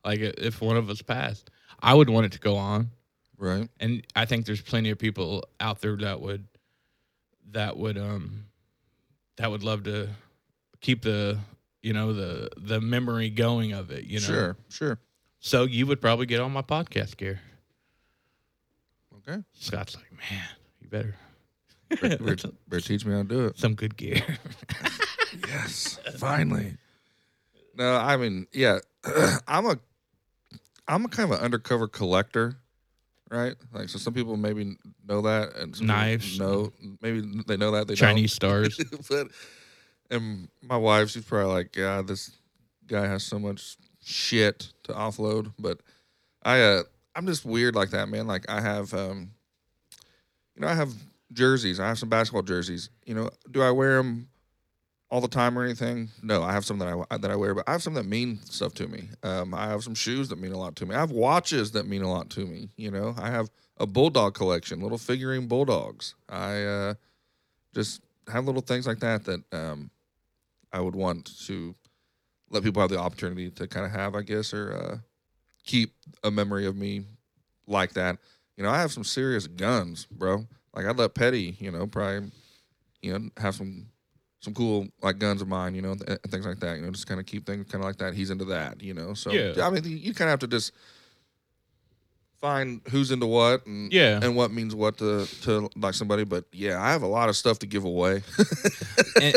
Like i- if one of us passed, I would want it to go on,
Right.
and I think there's plenty of people out there that would that would um that would love to keep the you know the the memory going of it, you know.
Sure. Sure.
So you would probably get on my podcast gear.
Okay.
Scott's like, "Man, you better
Better, better teach me how to do it.
some good gear."
Yes. Finally. No, I mean, yeah, I'm a, I'm a kind of an undercover collector, right? Like, so some people maybe know that, and some people
Knives.
know maybe they know that they don't.
Chinese stars.
but and my wife, she's probably like, God, this guy has so much shit to offload. But I, uh, I'm just weird like that, man. Like I have, um, you know, I have jerseys. I have some basketball jerseys. You know, do I wear them all the time or anything? No, I have some that I that I wear, but I have some that mean stuff to me. Um, I have some shoes that mean a lot to me. I have watches that mean a lot to me. You know, I have a bulldog collection, little figurine bulldogs. I uh, just have little things like that that um, I would want to let people have the opportunity to kind of have, I guess, or uh, keep a memory of me like that. You know, I have some serious guns, bro. Like I'd let Petty, you know, probably, you know, have some some cool like guns of mine, you know, and things like that. You know, just kind of keep things kind of like that. He's into that, you know. So
Yeah.
I mean, you kind of have to just find who's into what and
Yeah.
and what means what to to like somebody. But yeah, I have a lot of stuff to give away.
and,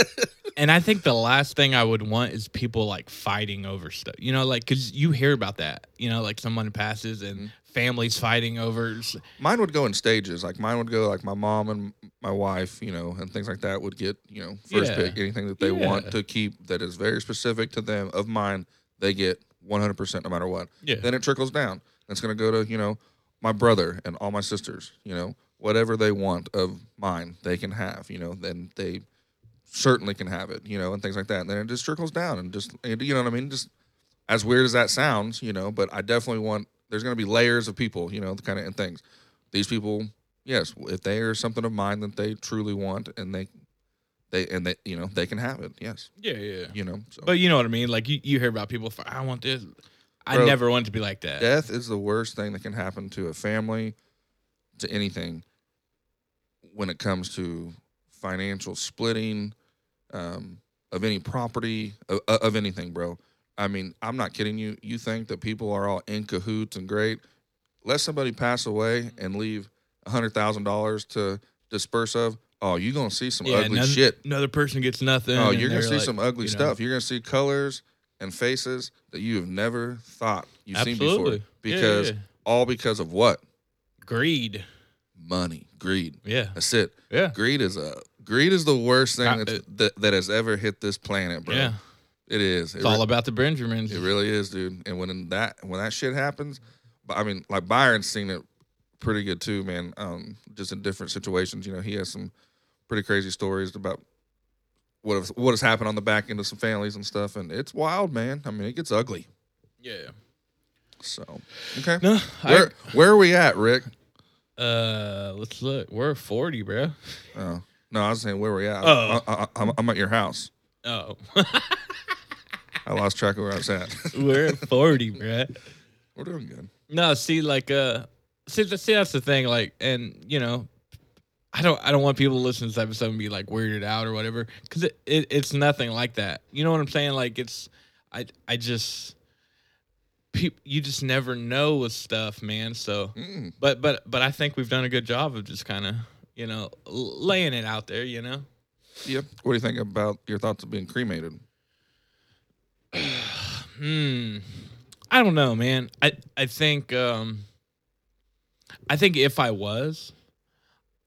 and I think the last thing I would want is people like fighting over stuff. You know, like because you hear about that. You know, like someone passes
Mm-hmm.
and families fighting over. s-
mine would go in stages. Like mine would go like my mom and my wife, you know, and things like that would get you know first
Yeah.
pick. Anything that they
Yeah.
want to keep that is very specific to them of mine, they get 100 percent no matter what.
Yeah.
Then it trickles down. It's gonna go to you know my brother and all my sisters. You know whatever they want of mine, they can have. You know then they certainly can have it. You know and things like that. And then it just trickles down and just and you know what I mean. Just as weird as that sounds, you know, but I definitely want there's going to be layers of people, you know, the kind of and things. These people, yes, if they are something of mine that they truly want and they they and they you know, they can have it. Yes.
Yeah, yeah.
You know. So
But you know what I mean. Like you, you hear about people. fi- I want this. I
Bro.
never wanted to be like that.
death is the worst thing that can happen to a family to anything when it comes to financial splitting um, of any property of, of anything bro i mean i'm not kidding you you think that people are all in cahoots and great let somebody pass away and leave $100000 to disperse of oh you're gonna see some
Yeah,
ugly
another,
shit
Another person gets nothing.
Oh,
and
you're gonna
they're
see
like,
some ugly
you know,
stuff. You're gonna see colors and faces that you have never thought you've seen
Absolutely.
before.
Yeah, yeah,
Because
yeah.
all because of what?
Greed.
Money, greed.
Yeah,
That's it.
yeah,
Greed is a greed is the worst
Uh,
thing that's, that that has ever hit this planet, bro.
yeah.
It is. It
It's all about the Benjamins.
it really is, dude. And when that when that shit happens, but I mean, like Byron's seen it pretty good too, man. Um, just in different situations, you know, he has some pretty crazy stories about what have, what has happened on the back end of some families and stuff, and it's wild, man. I mean, it gets ugly.
yeah.
So okay,
No,
where where are we at, Rick?
I, uh, let's look. We're at forty, bro.
Oh no, I was saying where we at.
Oh.
I, I, I'm, I'm at your house.
Oh,
I lost track of where I was at.
we're at forty, bruh.
We're doing good.
No, see, like, uh, see, th- see, that's the thing. Like, and you know, I don't I don't want people to listen to this episode and be like weirded out or whatever because it, it it's nothing like that. You know what I'm saying? Like it's I I just peop you just never know with stuff, man. So
Mm.
but but but I think we've done a good job of just kind of you know l- laying it out there. You know,
Yep. What do you think about your thoughts of being cremated?
hmm. I don't know, man. I I think um. I think if I was,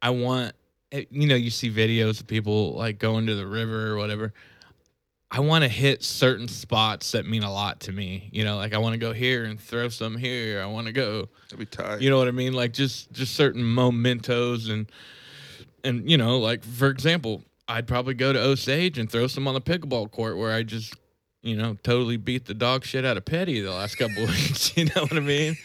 I want eh, you know you see videos of people like going to the river or whatever. I want to hit certain spots that mean a lot to me. You know, like I want to go here and throw some here. I want to go.
That'd be tight.
You know what I mean? Like just just certain mementos and and you know, like for example, I'd probably go to Osage and throw some on the pickleball court where I just you know totally beat the dog shit out of Petty the last couple weeks. You know what I mean?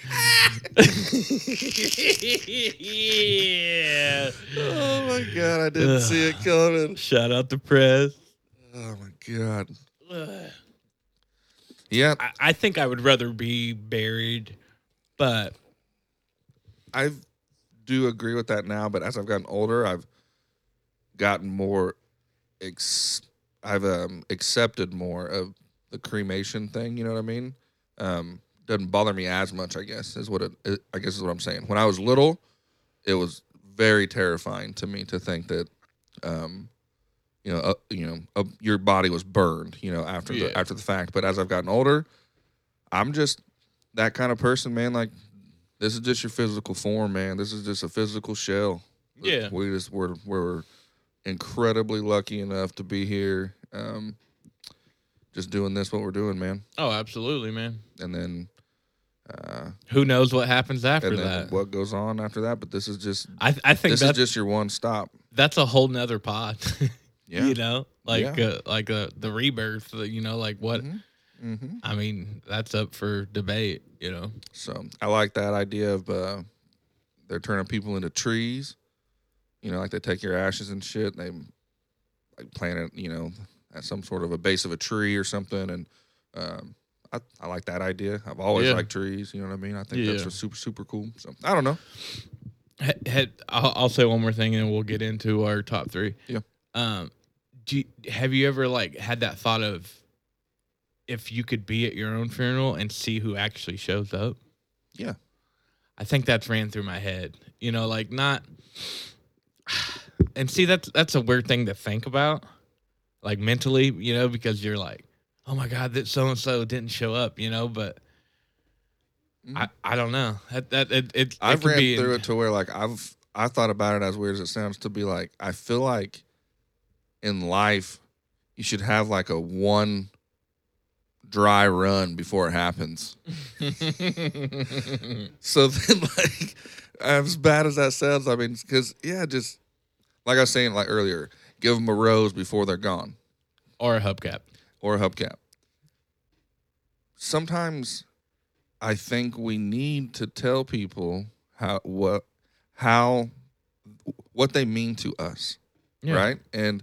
yeah.
oh my god, I didn't
Ugh.
see it coming.
Shout out the press.
Oh my god.
Ugh.
Yeah,
I, I think I would rather be buried, but
I do agree with that now, but as I've gotten older, I've gotten more ex- I've um, accepted more of the cremation thing, you know what I mean? Um doesn't bother me as much, I guess, is what it, it I guess is what I'm saying. When I was little, it was very terrifying to me to think that um you know, uh, you know, uh, your body was burned, you know, after
Yeah.
the after the fact, but as I've gotten older, I'm just that kind of person, man, like this is just your physical form, man. This is just a physical shell.
Yeah.
we just we're we're incredibly lucky enough to be here, um, just doing this what we're doing, man.
oh, absolutely, man.
And then, uh,
Who knows what happens after
and then
that?
what goes on after that? But this is just
I, I think
this is
that's
just your one stop.
that's a whole nother pod.
Yeah.
you know, like
Yeah.
uh, like uh, the rebirth. uh, You know, like what?
Mhm. hmm
I mean, that's up for debate. You know,
So I like that idea of uh, they're turning people into trees. You know, like they take your ashes and shit. And they like plant it, you know, at some sort of a base of a tree or something. And um, I, I like that idea. I've always
Yeah.
liked trees. You know what I mean? I think
Yeah.
that's super super cool. So I don't know.
Had- had- I'll, I'll say one more thing, and we'll get into our top three.
Yeah.
Um, do you, have you ever like had that thought of if you could be at your own funeral and see who actually shows up?
Yeah.
I think that's ran through my head. You know, like not. And see, that's that's a weird thing to think about, like mentally, you know, because you're like, oh my god, that so and so didn't show up, you know. But I, I don't know. That that it, it it
I've
could
Mm-hmm. ran
be
through it to where like I've I thought about it as weird as it sounds to be like I feel like in life you should have like a one dry run before it happens. So then, like, as bad as that sounds, I mean, because yeah, just like I was saying like earlier, give them a rose before they're gone
or a hubcap.
or a hubcap. Sometimes, I think we need to tell people how what how what they mean to us,
Yeah.
right? And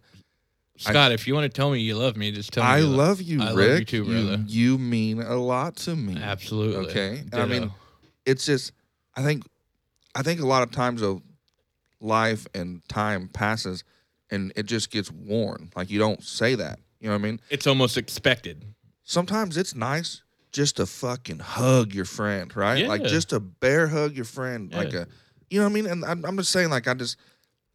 Scott, if you want to tell me you love me, just tell me.
I
you
love you,
I love you
Rick.
too, brother.
you mean a lot to me.
Absolutely.
Okay, and I mean,
Ditto.
it's just I think I think a lot of times of life and time passes and it just gets worn. Like you don't say that. You know what I mean?
it's almost expected.
Sometimes it's nice just to fucking hug your friend, right? Like
Yeah.
just to bear hug your friend, like
Yeah.
a, you know what I mean? And I'm, I'm just saying, like I just,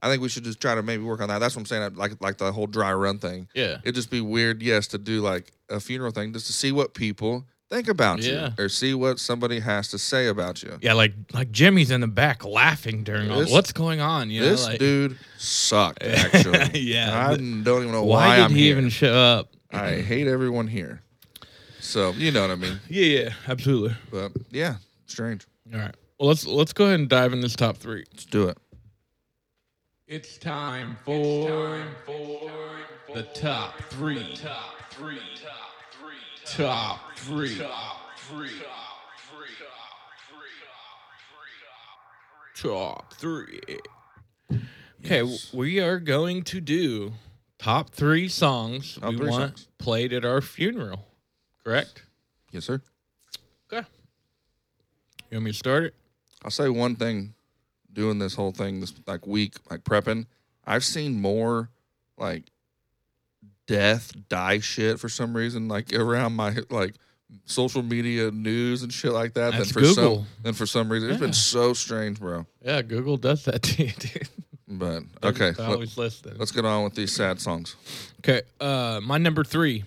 I think we should just try to maybe work on that. That's what I'm saying. Like like the whole dry run thing.
Yeah.
It'd just be weird, yes, to do like a funeral thing just to see what people think about
Yeah.
you or see what somebody has to say about you.
Yeah, like like Jimmy's in the back laughing during all
This-
what's going on. You
this
know, like,
dude sucked, actually.
Yeah,
I
but
don't even know why,
why, did
I'm
he
here.
even show up?
I hate everyone here. So you know what I mean.
Yeah, yeah, absolutely.
But yeah, strange.
All right. Well, let's let's go ahead and dive in this top three.
Let's do it.
It's time for the top three. Top three. Top three. Okay, w-
Yes.
we are going to do top three songs
Top
we
three
want
songs.
played at our funeral. Correct?
Yes, sir.
Okay. You want me to start it?
I'll say one thing doing this whole thing this like week, like prepping, I've seen more like death die shit for some reason, like around my like social media news and shit like that
That's
than for
Google.
some than for some reason. It's
Yeah.
been so strange, bro.
Yeah, Google does that to you, dude.
But okay,
I
let,
always listen.
let's get on with these sad songs.
Okay. Uh, my number three,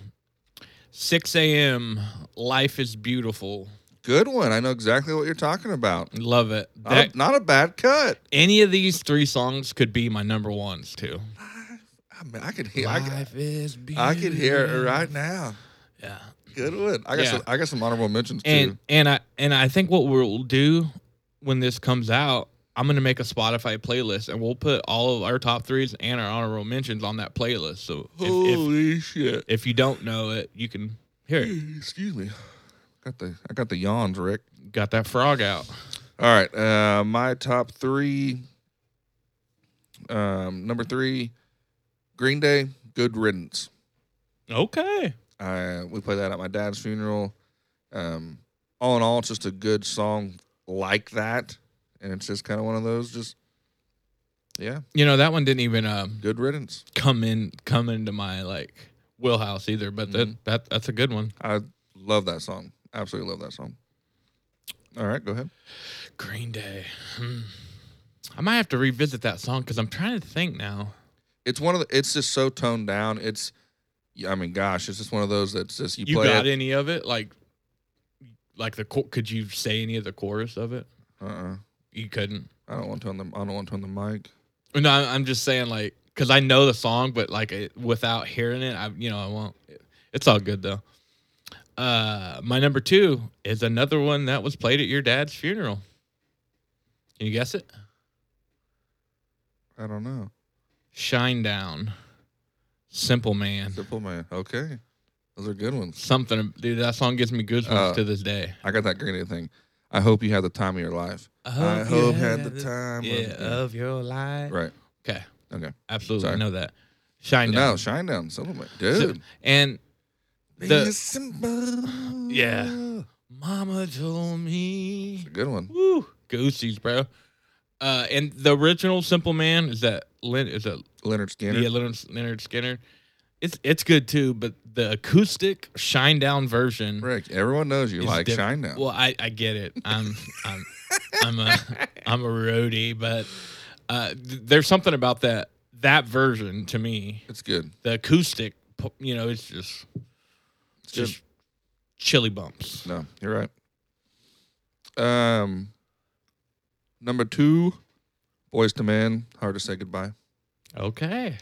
6 a.m. Life is beautiful.
Good one. I know exactly what you're talking about.
Love it.
Not,
That,
a, not a bad cut.
any of these three songs could be my number ones too.
I mean, I could hear. I, could-
is
I could hear it right now.
Yeah.
Good one. I got
Yeah.
some. I got some honorable mentions too.
And and I and I think what we'll do when this comes out, I'm gonna make a Spotify playlist and we'll put all of our top threes and our honorable mentions on that playlist. So if, if,
Holy shit!
if you don't know it, you can hear it.
Excuse me. Got the I got the yawns, Rick.
Got that frog out.
All right, uh, my top three. Um, number three, Green Day, Good Riddance.
Okay.
I Uh, we played that at my dad's funeral. Um, all in all, it's just a good song like that, and it's just kind of one of those. Just yeah,
You know that one didn't even um,
good riddance.
come in come into my like wheelhouse either but
Mm-hmm.
that, that that's a good one
I love that song. Absolutely love that song. All right, go ahead.
green day Hmm. i might have to revisit that song because i'm trying to think now
It's one of the. It's just so toned down. It's, yeah, I mean, gosh, it's just one of those that's just you,
you,
play
got
it.
any of it like like the cho- could you say any of the chorus of it
Uh, uh
you couldn't
I don't want to on the. I don't want to on the mic.
no I- i'm just saying like because i know the song but like it, without hearing it i you know i won't it's all good though uh my number two is another one that was played at your dad's funeral can you guess it
I don't know.
Shine Down, Simple Man,
Simple man. Okay, those are good ones.
something. Dude, that song gives me goosebumps
Uh,
to this day.
I got that Green Day thing. I hope you had the time of your life. I hope had the time.
yeah,
of,
of your life.
right.
Okay,
Okay.
absolutely
Sorry.
know that. Shine
No,
Down,
shine down, Silverman,
So-
dude.
and the-
Be simple.
Yeah. Mama told me,
good one.
woo, goosies, bro. Uh, and the original Simple Man is that Lin is that
Leonard Skinner.
yeah Leonard, Leonard Skinner. It's it's good too, but the acoustic Shine Down version.
Rick, everyone knows you
is
like
diff-
shine down.
Well, I, I get it. I'm I'm I'm a I'm a roadie, but uh, th- there's something about that that version to me.
it's good.
The acoustic, pu- you know, it's just it's
good.
just chilly bumps.
No, you're right. Um, number two, boys to men, hard to say goodbye.
Okay,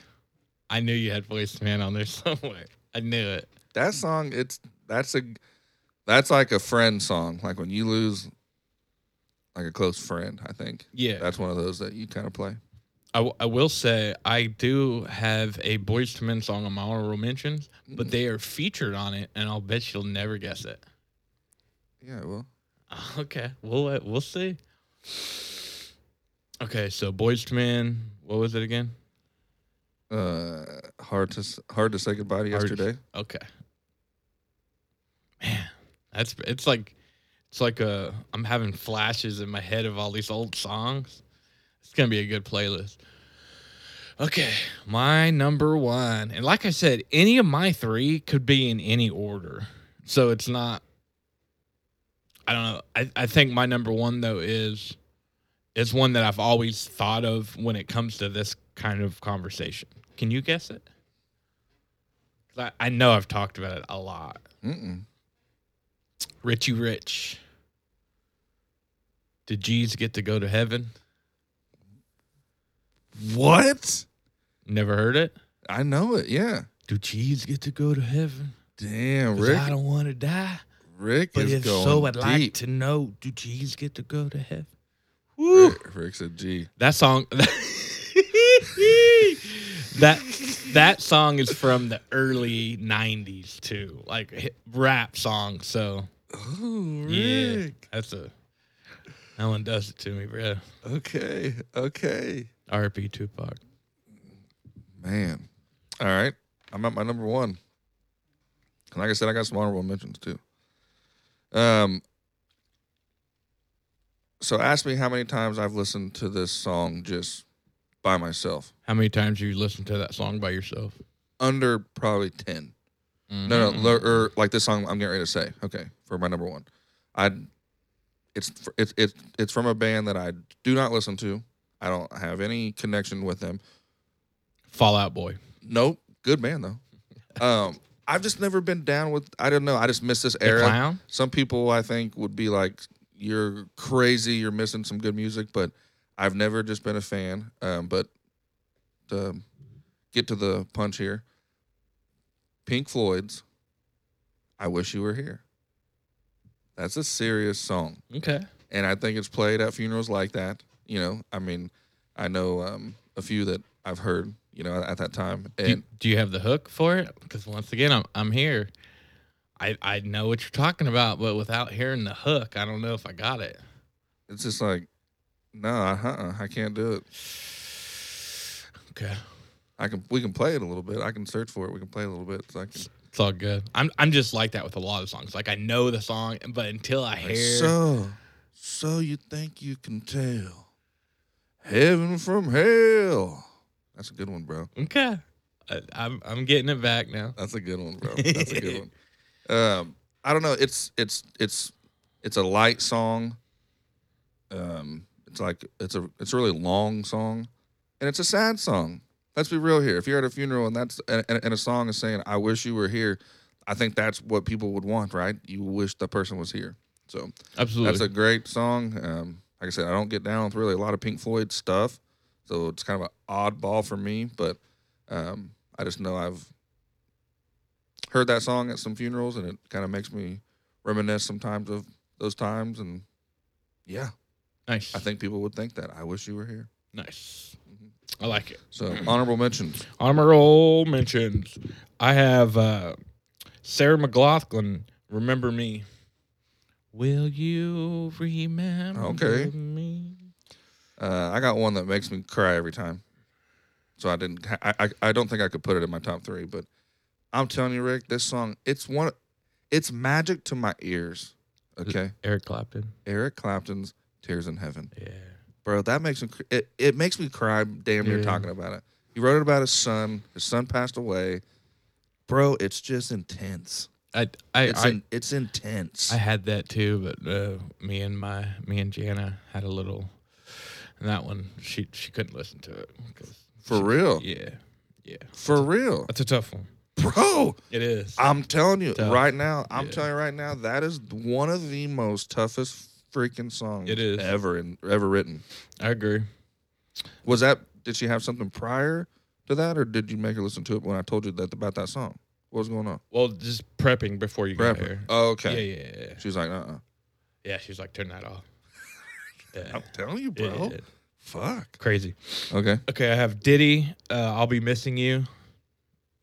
I knew you had voice man on there somewhere. I knew it.
That song, it's that's a that's like a friend song. Like when you lose like a close friend, I think.
Yeah,
That's one of those that you kind of play.
I, w- I will say I do have a Boys to Men song on my honorable mentions, but they are featured on it, and I'll bet you'll never guess it.
Yeah, well,
Okay, we'll uh, we'll see. Okay, so Boys to Men, what was it again?
uh, hard to s- hard to say goodbye to
Hard to-
yesterday.
Okay, man, that's it's like it's like a I'm having flashes in my head of all these old songs. It's gonna be a good playlist. Okay, my number one, and like I said, any of my three could be in any order, so it's not. I don't know. I, I think my number one though is is one that I've always thought of when it comes to this kind of conversation. Can you guess it? 'Cause I, I know I've talked about it a lot.
Mm-mm.
Richie Rich. Did G's get to go to heaven?
What?
Never heard it.
I know it. Yeah.
Do G's get to go to heaven?
Damn,
'Cause
Oh, Rick.
I don't want to die,
Rick
but
is
if
going
so, I'd like
deep.
to know: Do G's get to go to heaven? Woo!
Rick, Rick said, "G."
That song. that that song is from the early '90s too, like hip- rap song. So
Oh,
yeah, that's a that one does it to me, bro.
Okay. Okay.
R.P. Tupac.
Man. All right. I'm at my number one. And like I said, I got some honorable mentions too. Um So ask me how many times I've listened to this song just by myself.
How many times you listened to that song by yourself?
Under probably 10. No,
Mm-hmm,
no, le- or like this song I'm getting ready to say. Okay, for my number one, I it's fr- it's it's it's from a band that I do not listen to. I don't have any connection with them.
Fallout Boy.
Nope, good band though. Um, I've just never been down with. I don't know. I just miss this
The
era.
Clown.
Some people I think would be like, "You're crazy. You're missing some good music." But I've never just been a fan. Um, but to get to the punch here, Pink Floyd's "I Wish You Were Here." That's a serious song
Okay.
and I think it's played at funerals like that. You know, I mean, I know um, a few that I've heard. You know, at, that time,
Do,
and
do you have the hook for it? Because once again, I'm I'm here. I I know what you're talking about, but without hearing the hook, I don't know if I got it.
it's just like, no, nah, uh-uh, I can't do it.
Okay.
I can, we can play it a little bit. I can search for it. We can play a little bit. So I can,
It's all good. I'm I'm just like that with a lot of songs. Like I know the song, but until I hear
so, so you think you can tell heaven from hell? That's a good one, bro.
Okay. I, I'm I'm getting it back now.
That's a good one, bro. That's a good one. Um, I don't know. It's it's it's it's a light song. Um, it's like it's a it's a really long song, and it's a sad song. Let's be real here. If you're at a funeral and that's and, and, and a song is saying "I wish you were here," I think that's what people would want, right? You wish the person was here. So
Absolutely.
that's a great song. Um, like I said, I don't get down with really a lot of Pink Floyd stuff, so it's kind of an oddball for me. But um, I just know I've heard that song at some funerals, and it kind of makes me reminisce sometimes of those times. And yeah,
nice.
I think people would think that. I wish you were here.
nice. I like it.
So honorable mentions.
Honor roll mentions. I have uh, Sarah McLaughlin. Remember me. Will you remember
Okay.
me?
Uh, I got one that makes me cry every time. So I didn't. I, I I don't think I could put it in my top three, but I'm telling you, Rick, this song it's one, it's magic to my ears. Okay,
Eric Clapton.
Eric Clapton's "Tears in Heaven,"
Yeah.
bro. That makes me. cr- It, it makes me cry. Damn, near
Yeah.
talking about it. He wrote it about his son. His son passed away, bro. It's just intense.
I I
It's
I,
in, it's intense.
I had that too, but uh, me and my me and Jana had a little, and that one she she couldn't listen to it. 'cause-
for real,
Yeah. Yeah.
for real,
Oh. That's a tough one.
bro.
It is.
I'm telling you
Tough.
right now. I'm
Yeah.
telling you right now. That is one of the most toughest freaking songs
It is.
ever in, ever written.
I agree.
Was that? Did she have something prior to that, or did you make her listen to it when I told you that about that song? What was going on?
Well, just prepping before you
Rapper.
got here.
Oh, okay.
Yeah, yeah, yeah, yeah.
She was like, uh, uh
Yeah, she's like, turn that off. Yeah.
I'm telling you,
Yeah,
bro.
yeah, yeah.
Fuck.
Crazy.
Okay.
Okay, I have Diddy. Uh, I'll be missing you.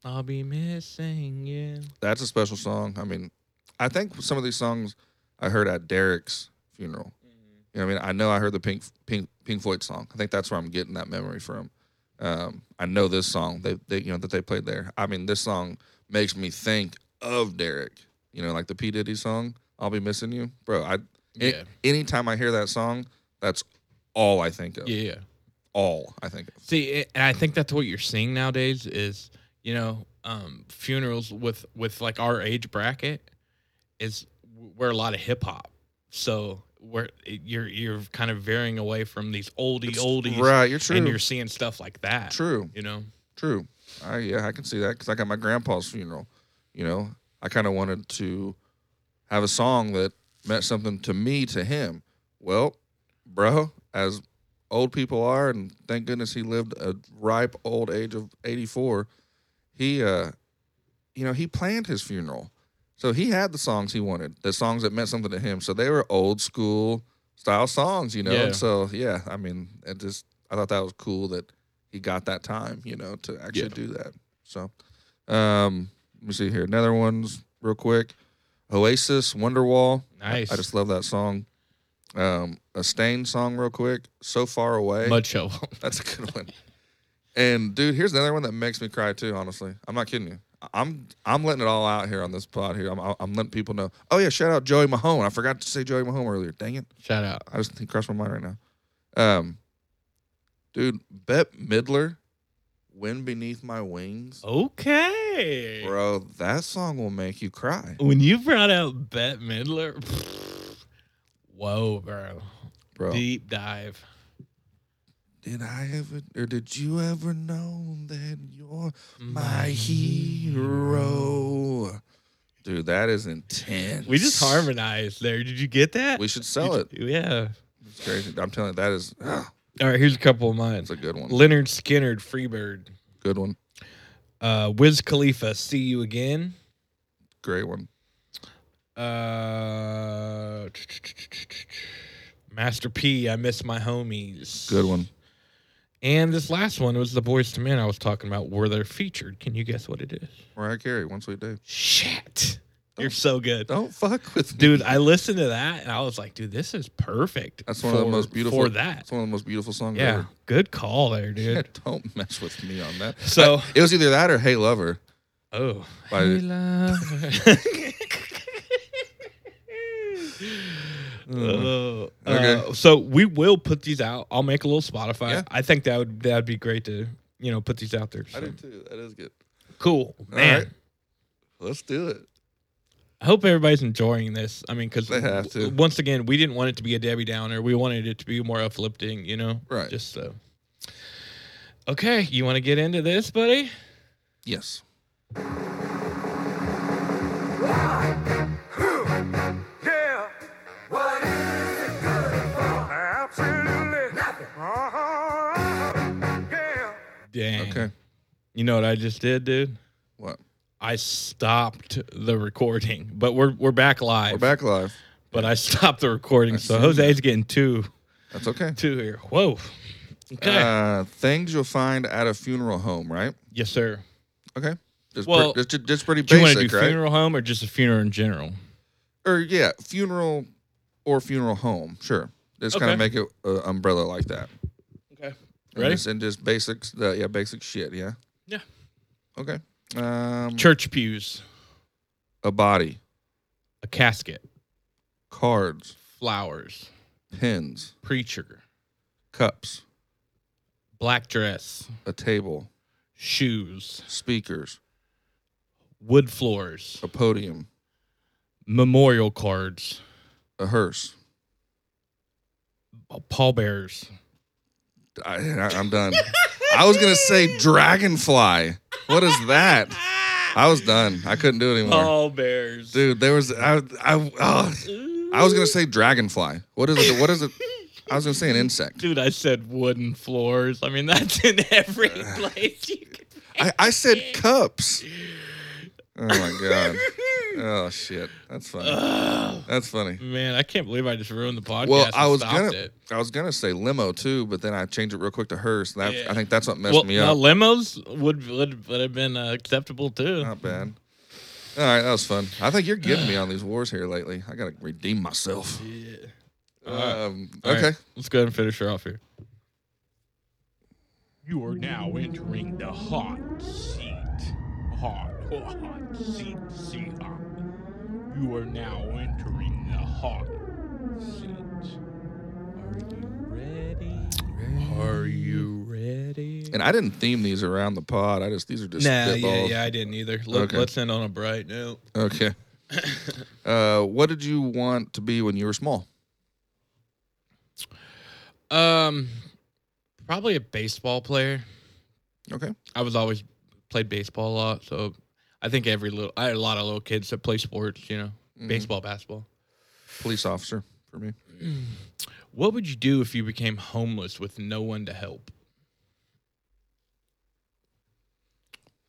I'll be missing you.
That's a special song. I mean, I think some of these songs I heard at Derek's funeral. You know what I mean? I know I heard the Pink Pink Pink Floyd song. I think that's where I'm getting that memory from. Um, I know this song. They, they you know that they played there. I mean, this song makes me think of Derek. You know, like the P Diddy song. I'll be missing you, bro. I any-
Yeah.
anytime I hear that song, that's all I think of.
Yeah, yeah.
All I think of.
See, it- and I think that's what you're seeing nowadays is, you know, um, funerals with with like our age bracket is we're a lot of hip hop. So we're you're you're kind of veering away from these oldie
It's-
oldies,
right? You're true.
and you're seeing stuff like that.
true.
You know,
True. I yeah, I can see that because I got my grandpa's funeral. You know, I kind of wanted to have a song that meant something to me to him. Well, bro, as old people are, and thank goodness he lived a ripe old age of eighty four. He, uh, you know, he planned his funeral, so he had the songs he wanted, the songs that meant something to him. So they were old school style songs, you know.
Yeah.
And so yeah, I mean, it just I thought that was cool that he got that time, you know, to actually
Yeah.
do that. So, um, let me see here. Another one's real quick. Oasis, Wonderwall.
nice.
I just love that song. Um, a Stain song, real quick. So far away.
mud shovel.
That's a good one. And dude, here's another one that makes me cry too. Honestly, I'm not kidding you. I'm I'm letting it all out here on this pod here. I'm I'm letting people know. Oh yeah, shout out Joey Mahone. I forgot to say Joey Mahone earlier. Dang it,
Shout out.
I just think crossed my mind right now. Um, dude, Bette Midler, "Wind Beneath My Wings,"
Okay.
bro. That song will make you cry,
When you brought out Bette Midler, whoa, bro.
bro.
Deep dive.
Did I ever, or did you ever know that you're my hero? Dude, that is intense.
We just harmonized there. Did you get that?
We should sell it.
Yeah.
It's crazy. I'm telling you, that is ah,
All right, here's a couple of mine.
that's a good one.
Leonard Skinner, Freebird.
Good one.
Uh, Wiz Khalifa, See You Again.
Great one.
Uh, Master P, I Miss My Homies.
Good one.
And this last one was the Boys to Men I was talking about where they're featured. Can you guess what it is?
Mariah Carey, one sweet day.
Shit. You're so good.
Don't fuck with me.
Dude, I listened to that and I was like, dude, this is perfect.
That's one of the
for-
most beautiful.
for that.
It's one of the most beautiful songs
Yeah.
ever.
Good call there, dude.
Don't mess with me on that.
So-
it was either that or Hey Lover.
Oh.
By-
Hey, lover. Oh, uh,
Uh-huh. Okay.
so we will put these out. I'll make a little Spotify.
Yeah.
I think that would that'd be great to you know put these out there. So.
too. That is good.
Cool, man.
right. Let's do it.
I hope everybody's enjoying this. I mean, because
They have to.
once again, we didn't want it to be a Debbie Downer. We wanted it to be more uplifting. You know,
Right.
Just so. Okay, you want to get into this, buddy?
Yes.
Yeah. What is it good for? Absolutely nothing. Uh-huh. Yeah.
Dang.
Okay.
You know what I just did, dude?
What?
I stopped the recording, but we're we're back live.
We're back live.
But I stopped the recording, so
see
Jose's getting two
That's okay.
two here. Whoa. Okay.
Uh, things you'll find at a funeral home, right?
yes, sir.
Okay. Just
Well,
pre- just, just pretty
Do you want
basic,
to do
right?
funeral home or just a funeral in general?
Or yeah, funeral or funeral home. Sure. Just kind
Okay.
of make it uh, umbrella like that.
Okay.
And
Ready?
just- And just basics. Uh, yeah, basic shit. Yeah.
Yeah.
Okay. Um,
Church pews,
a body,
a casket,
cards,
flowers,
pins,
preacher,
cups,
black dress,
a table,
shoes,
speakers,
wood floors,
a podium,
memorial cards,
a hearse.
pallbearers.
I, I, I'm done. I was gonna say dragonfly. What is that? I was done. I couldn't do it anymore.
Oh. Pallbearers.
Ah! Dude, there was I I oh, I was gonna say dragonfly. What is it? What is it? I was gonna say an insect.
Dude, I said wooden floors. I mean, that's in every place you could.
I, I said cups. Oh my god. Oh shit. That's
Uh,
funny.
Ugh.
That's funny.
Man, I can't believe I just ruined the podcast.
Well, I
and
was
stopped
gonna
it.
I was gonna say limo too, but then I changed it real quick to hearse. That
Yeah.
I think that's what messed
Well,
me
now
up.
limos would would, would have been uh, acceptable too.
Not bad. All right, that was fun. I think you're getting me on these wars here lately. I gotta redeem myself.
Yeah.
Um,
All right,
okay.
let's go ahead and finish her off here.
You are now entering the hot seat. Hot, hot, hot seat, seat hot. You are now entering the hot seat.
Are you ready? Are you ready?
And I didn't theme these around the pod. I just these are just
Nah, yeah,
spitballs.
yeah, I didn't either. Let,
Okay.
Let's end on a bright note.
Okay. uh, what did you want to be when you were small?
Um, probably a baseball player.
Okay.
I was always played baseball a lot, so I think every little I had a lot of little kids that play sports, you know,
Mhm.
baseball, basketball.
Police officer for me.
What would you do if you became homeless with no one to help?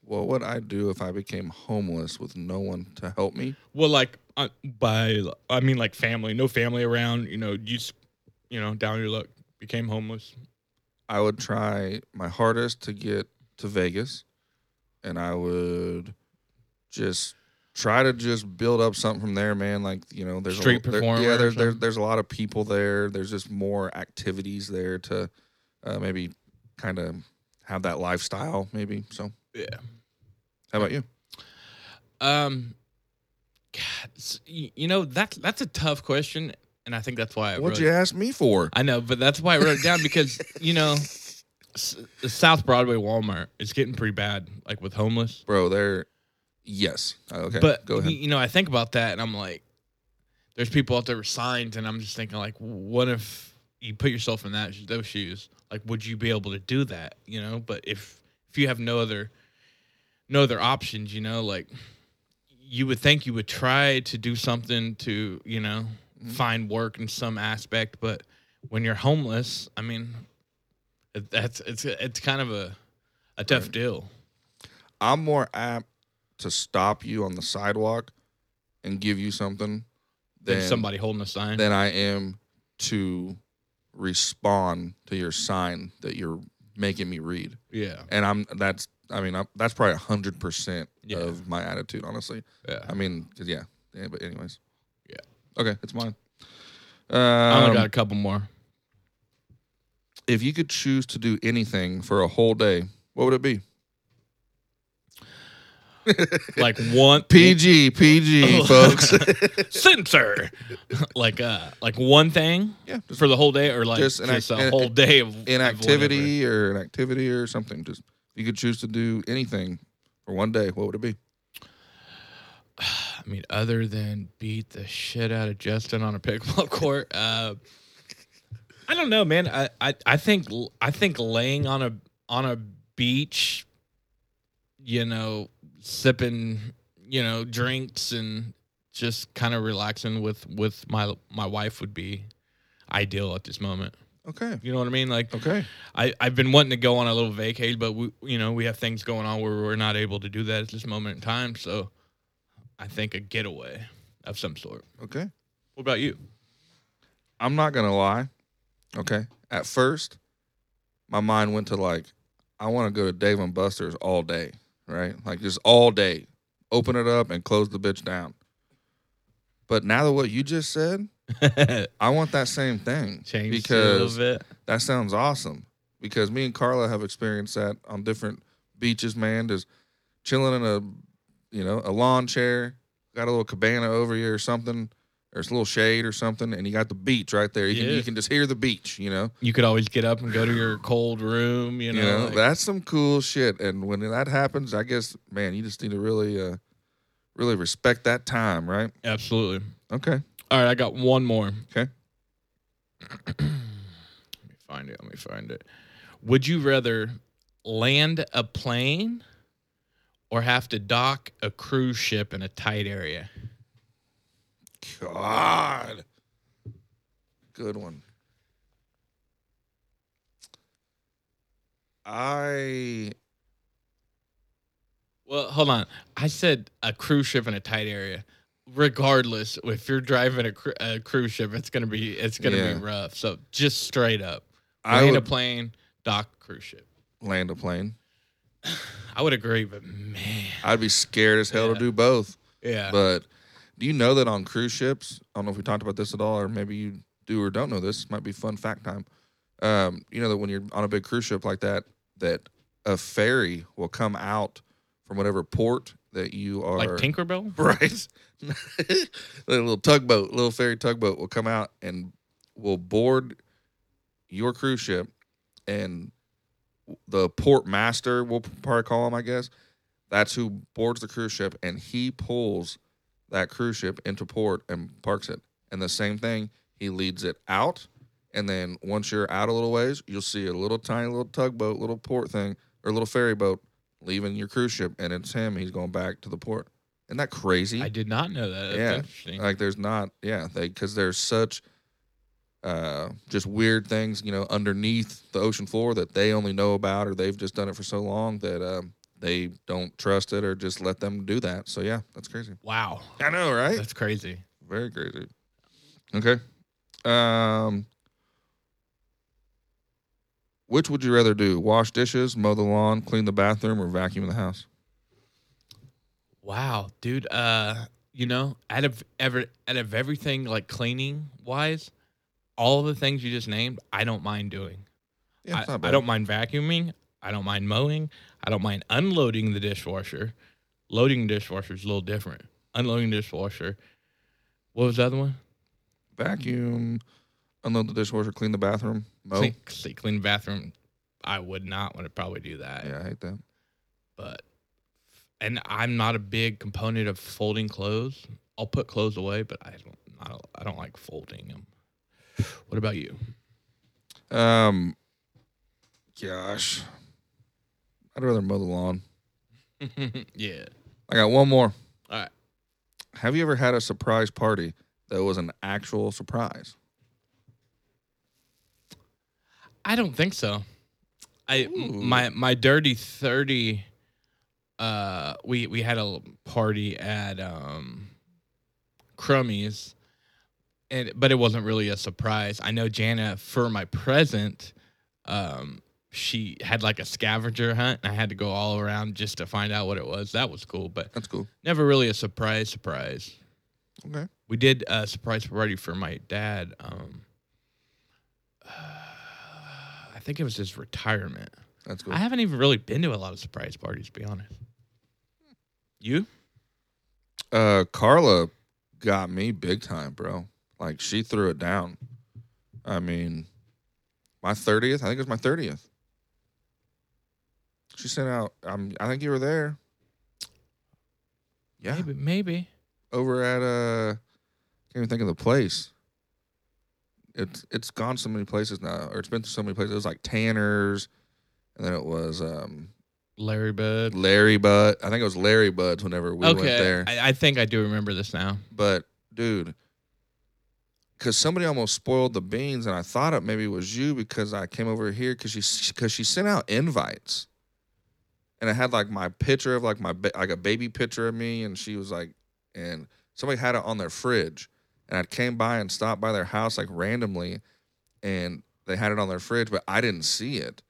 What would I do if I became homeless with no one to help me?
Well, like uh, by I mean like family, no family around, you know, you just you know down your luck, became homeless.
I would try my hardest to get to Vegas, and I would just try to just build up something from there, man. Like you know, there's
Street
a, there-
performer
yeah,
or
there's, there's
something.
there's a lot of people there. There's just more activities there to uh, maybe kind of have that lifestyle, maybe. So,
Yeah.
how about you?
Um, God, s- y- you know that's that's a tough question, and I think that's why I
What'd
wrote.
you ask me for?
I know, but that's why I wrote it down because you know, s- the South Broadway Walmart is getting pretty bad, like with homeless.
Bro, they're yes. Okay.
but
go
y-
ahead.
you know, I think about that, and I'm like, there's people out there with signs, and I'm just thinking like, what if you put yourself in that those shoes? Like, would you be able to do that? You know, but if if you have no other no other options, you know, like you would think you would try to do something to you know
Mm-hmm.
find work in some aspect, but when you're homeless, I mean, it- that's it's it's kind of a a tough deal.
I'm more apt to stop you on the sidewalk and give you something
Than
than
somebody holding a sign.
than I am to respond to your sign that you're making me read.
yeah,
And I'm that's I mean I'm, that's probably hundred percent
Yeah.
of my attitude, honestly.
yeah.
I mean, 'cause, yeah. yeah. But anyways,
Yeah.
Okay, it's mine.
I only got
Um,
a couple more.
if you could choose to do anything for a whole day, what would it be?
Like one
PG, PG, folks.
censor. like uh, like one thing
yeah, just
for the whole day, or like
Just
just,
an act-
a
an-
whole day of of
an activity or an activity or something. Just if you could choose to do anything for one day, what would it be?
whatever. I mean, other than beat the shit out of Justin on a pickleball court. Uh, I don't know, man. I, I I think I think laying on a on a beach, you know, sipping you know drinks and just kind of relaxing with with my my wife would be ideal at this moment.
Okay.
You know what I mean? Like
Okay.
I, I've been wanting to go on a little vacay, but we, you know, we have things going on where we're not able to do that at this moment in time. So I think a getaway of some sort.
Okay.
What about you?
I'm not gonna lie. Okay. At first, my mind went to like, I want to go to Dave and Buster's all day, right? Like just all day, open it up and close the bitch down. But now that what you just said, I want that same thing
Change a
because
little bit.
that sounds awesome. Because me and Carla have experienced that on different beaches, man. Just chilling in a, you know, a lawn chair, got a little cabana over here or something, or it's a little shade or something, and you got the beach right there. You, can,
Yeah.
you can just hear the beach, you know.
You could always get up and go to your cold room, you
You
know.
know,
like-
that's some cool shit. And when that happens, I guess, man, you just need to really, uh, really respect that time, right?
absolutely.
Okay.
All right, I got one more.
'Kay.
let me find it. Let me find it. Would you rather land a plane or have to dock a cruise ship in a tight area?
God. Good one. I
Well, hold on. I said a cruise ship in a tight area. Regardless, if you're driving a, cru- a cruise ship, it's gonna be it's gonna
Yeah.
be rough. So just straight up,
I
land a
would
plane, dock cruise ship.
land a plane.
I would agree, but man,
I'd be scared as hell to
Yeah.
do both.
yeah,
But do you know that on cruise ships? I don't know if we talked about this at all, or maybe you do or don't know this. Might be fun fact time. Um, you know that when you're on a big cruise ship like that, that a ferry will come out from whatever port that you are
like Tinkerbell.
Right. the little tugboat, little ferry tugboat will come out and will board your cruise ship and the port master, we'll probably call him, I guess. That's who boards the cruise ship and he pulls that cruise ship into port and parks it. And the same thing, he leads it out. And then once you're out a little ways, you'll see a little tiny little tugboat, little port thing, or little ferry boat leaving your cruise ship. And it's him. He's going back to the port. Isn't that crazy?
I did not know that. That's
Yeah.
interesting.
Like there's not, yeah, they because there's such uh just weird things, you know, underneath the ocean floor that they only know about or they've just done it for so long that um they don't trust it or just let them do that. So yeah, that's crazy.
wow,
I know, right?
that's crazy.
Very crazy. Okay. Um which would you rather do? Wash dishes, mow the lawn, clean the bathroom, or vacuum the house?
Wow, dude. Uh, you know, out of ever out of everything like cleaning wise, all the things you just named, I don't mind doing.
Yeah, it's
I,
not
I
bad.
don't mind vacuuming. I don't mind mowing. I don't mind unloading the dishwasher. Loading dishwasher is a little different. Unloading dishwasher. What was the other one?
Vacuum, unload the dishwasher, clean the bathroom. Mow.
Clean, clean- clean bathroom. I would not want to probably do that.
Yeah, I hate that.
But and I'm not a big component of folding clothes. I'll put clothes away, but I don't. I don't, I don't like folding them. What about you?
Um, gosh, I'd rather mow the lawn.
yeah.
I got one more.
All right.
Have you ever had a surprise party that was an actual surprise?
I don't think so. I m- my my dirty thirty. Uh, we we had a l- party at um, Crummies, and but it wasn't really a surprise. I know Jana for my present. Um, she had like a scavenger hunt, and I had to go all around just to find out what it was. That was cool, but
That's cool.
never really a surprise surprise.
Okay.
We did a surprise party for my dad. Um, uh, I think it was his retirement.
That's cool.
I haven't even really been to a lot of surprise parties, to be honest. You?
Uh, Carla got me big time, bro. Like she threw it down. I mean, my thirtieth. I think it was my thirtieth. She sent out. Um, I think you were there. Yeah,
Maybe, maybe.
over at uh, can't even think of the place. It's it's gone so many places now, or it's been to so many places. It was like Tanner's, and then it was um
Larry Bud.
Larry Bud. I think it was Larry Bud's whenever we went
okay,
there.
I, I think I do remember this now.
But dude, because somebody almost spoiled the beans, and I thought it maybe was you because I came over here because she because she sent out invites, and I had like my picture of like my ba- like a baby picture of me, and she was like, and somebody had it on their fridge, and I came by and stopped by their house like randomly, and they had it on their fridge, but I didn't see it.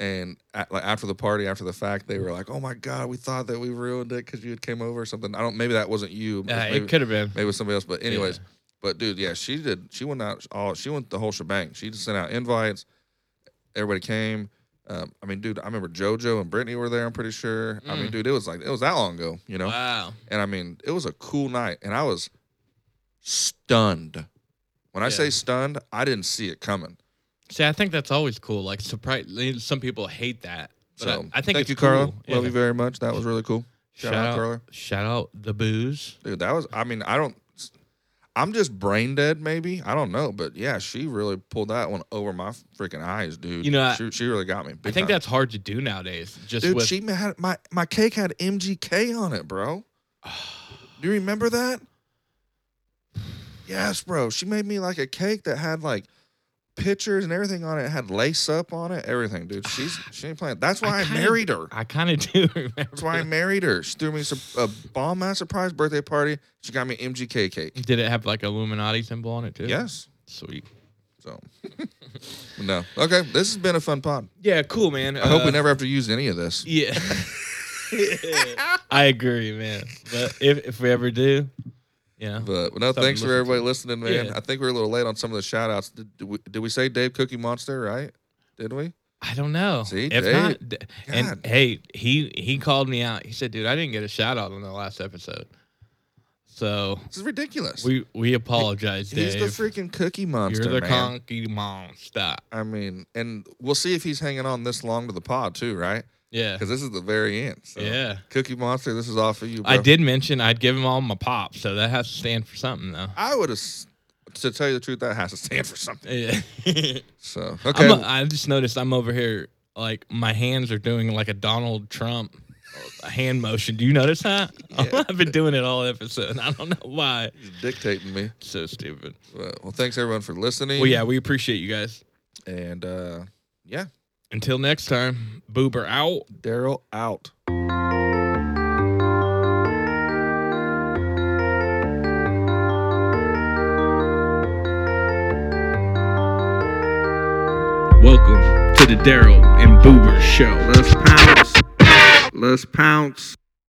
And at, like after the party, after the fact, they were like, "Oh my god, we thought that we ruined it because you had came over or something." I don't. Maybe that wasn't you.
Uh,
Maybe-
it could have been.
Maybe it was somebody else. But anyways,
Yeah.
but dude, yeah, she did. She went out all. She went the whole shebang. She just sent out invites. Everybody came. Um, I mean, dude, I remember JoJo and Brittany were there. I'm pretty sure. I mean, dude, it was like it was that long ago, you know.
Mm. Wow.
And I mean, it was a cool night, and I was stunned. When I
Yeah.
say stunned, I didn't see it coming.
See, I think that's always cool. Like surprise. Some people hate that. But
So
I, I think
thank
it's
you, Carla.
cool.
Love
Yeah.
you very much. That was really cool. Shout,
Shout,
out,
out,
Carla.
shout out the booze.
Dude, that was. I mean, I don't. I'm just brain dead, maybe. I don't know, but yeah, she really pulled that one over my freaking eyes, dude.
You know, I-
she, she really got me.
I think that's hard to do nowadays. Just
dude.
with
She had my my cake had MGK on it, bro. Do you remember that? Yes, bro. She made me like a cake that had like pictures and everything on it. It Had lace up on it, everything, dude. She's she ain't playing. That's why I,
kinda-
married her.
I kind of do remember.
That's why I married her. She threw me some, a bomb ass surprise birthday party. She got me MGK cake.
Did it have like Illuminati symbol on it too?
Yes.
Sweet.
So, no. Okay, this has been a fun pod.
Yeah, cool, man.
I hope we never have to use any of this.
Uh, Yeah. I agree, man. But if if we ever do, yeah.
But no,
Something
thanks
to listen
for everybody listening, man.
Yeah.
I think we are a little late on some of the shout outs. Did, did, we, did we say Dave Cookie Monster, right? Did we?
I don't know.
See,
if
Dave-
not, d-
God.
and hey, he he called me out. He said, "Dude, I didn't get a shout out on the last episode." So
This is ridiculous.
we we apologize,
He's
Dave.
the freaking Cookie Monster,
You're the
man.
conky monster.
I mean, and we'll see if he's hanging on this long to the pod too, right?
Yeah.
Because this is the very end. So.
Yeah.
Cookie Monster, this is off of you. Bro.
I did mention I'd give him all my pop, so that has to stand for something, though.
I would have, to tell you the truth, that has to stand for something.
Yeah.
So okay,
I'm a, I just noticed I'm over here, like my hands are doing like a Donald Trump uh, hand motion. Do you notice that? I've been doing it all episode. and I don't know why.
dictating me.
So stupid.
Well, well, thanks everyone for listening.
Well, yeah, we appreciate you guys.
And uh, yeah,
Until next time, Boober out.
Daryl out.
Welcome to the Daryl and Boober Show. Let's pounce. Let's pounce.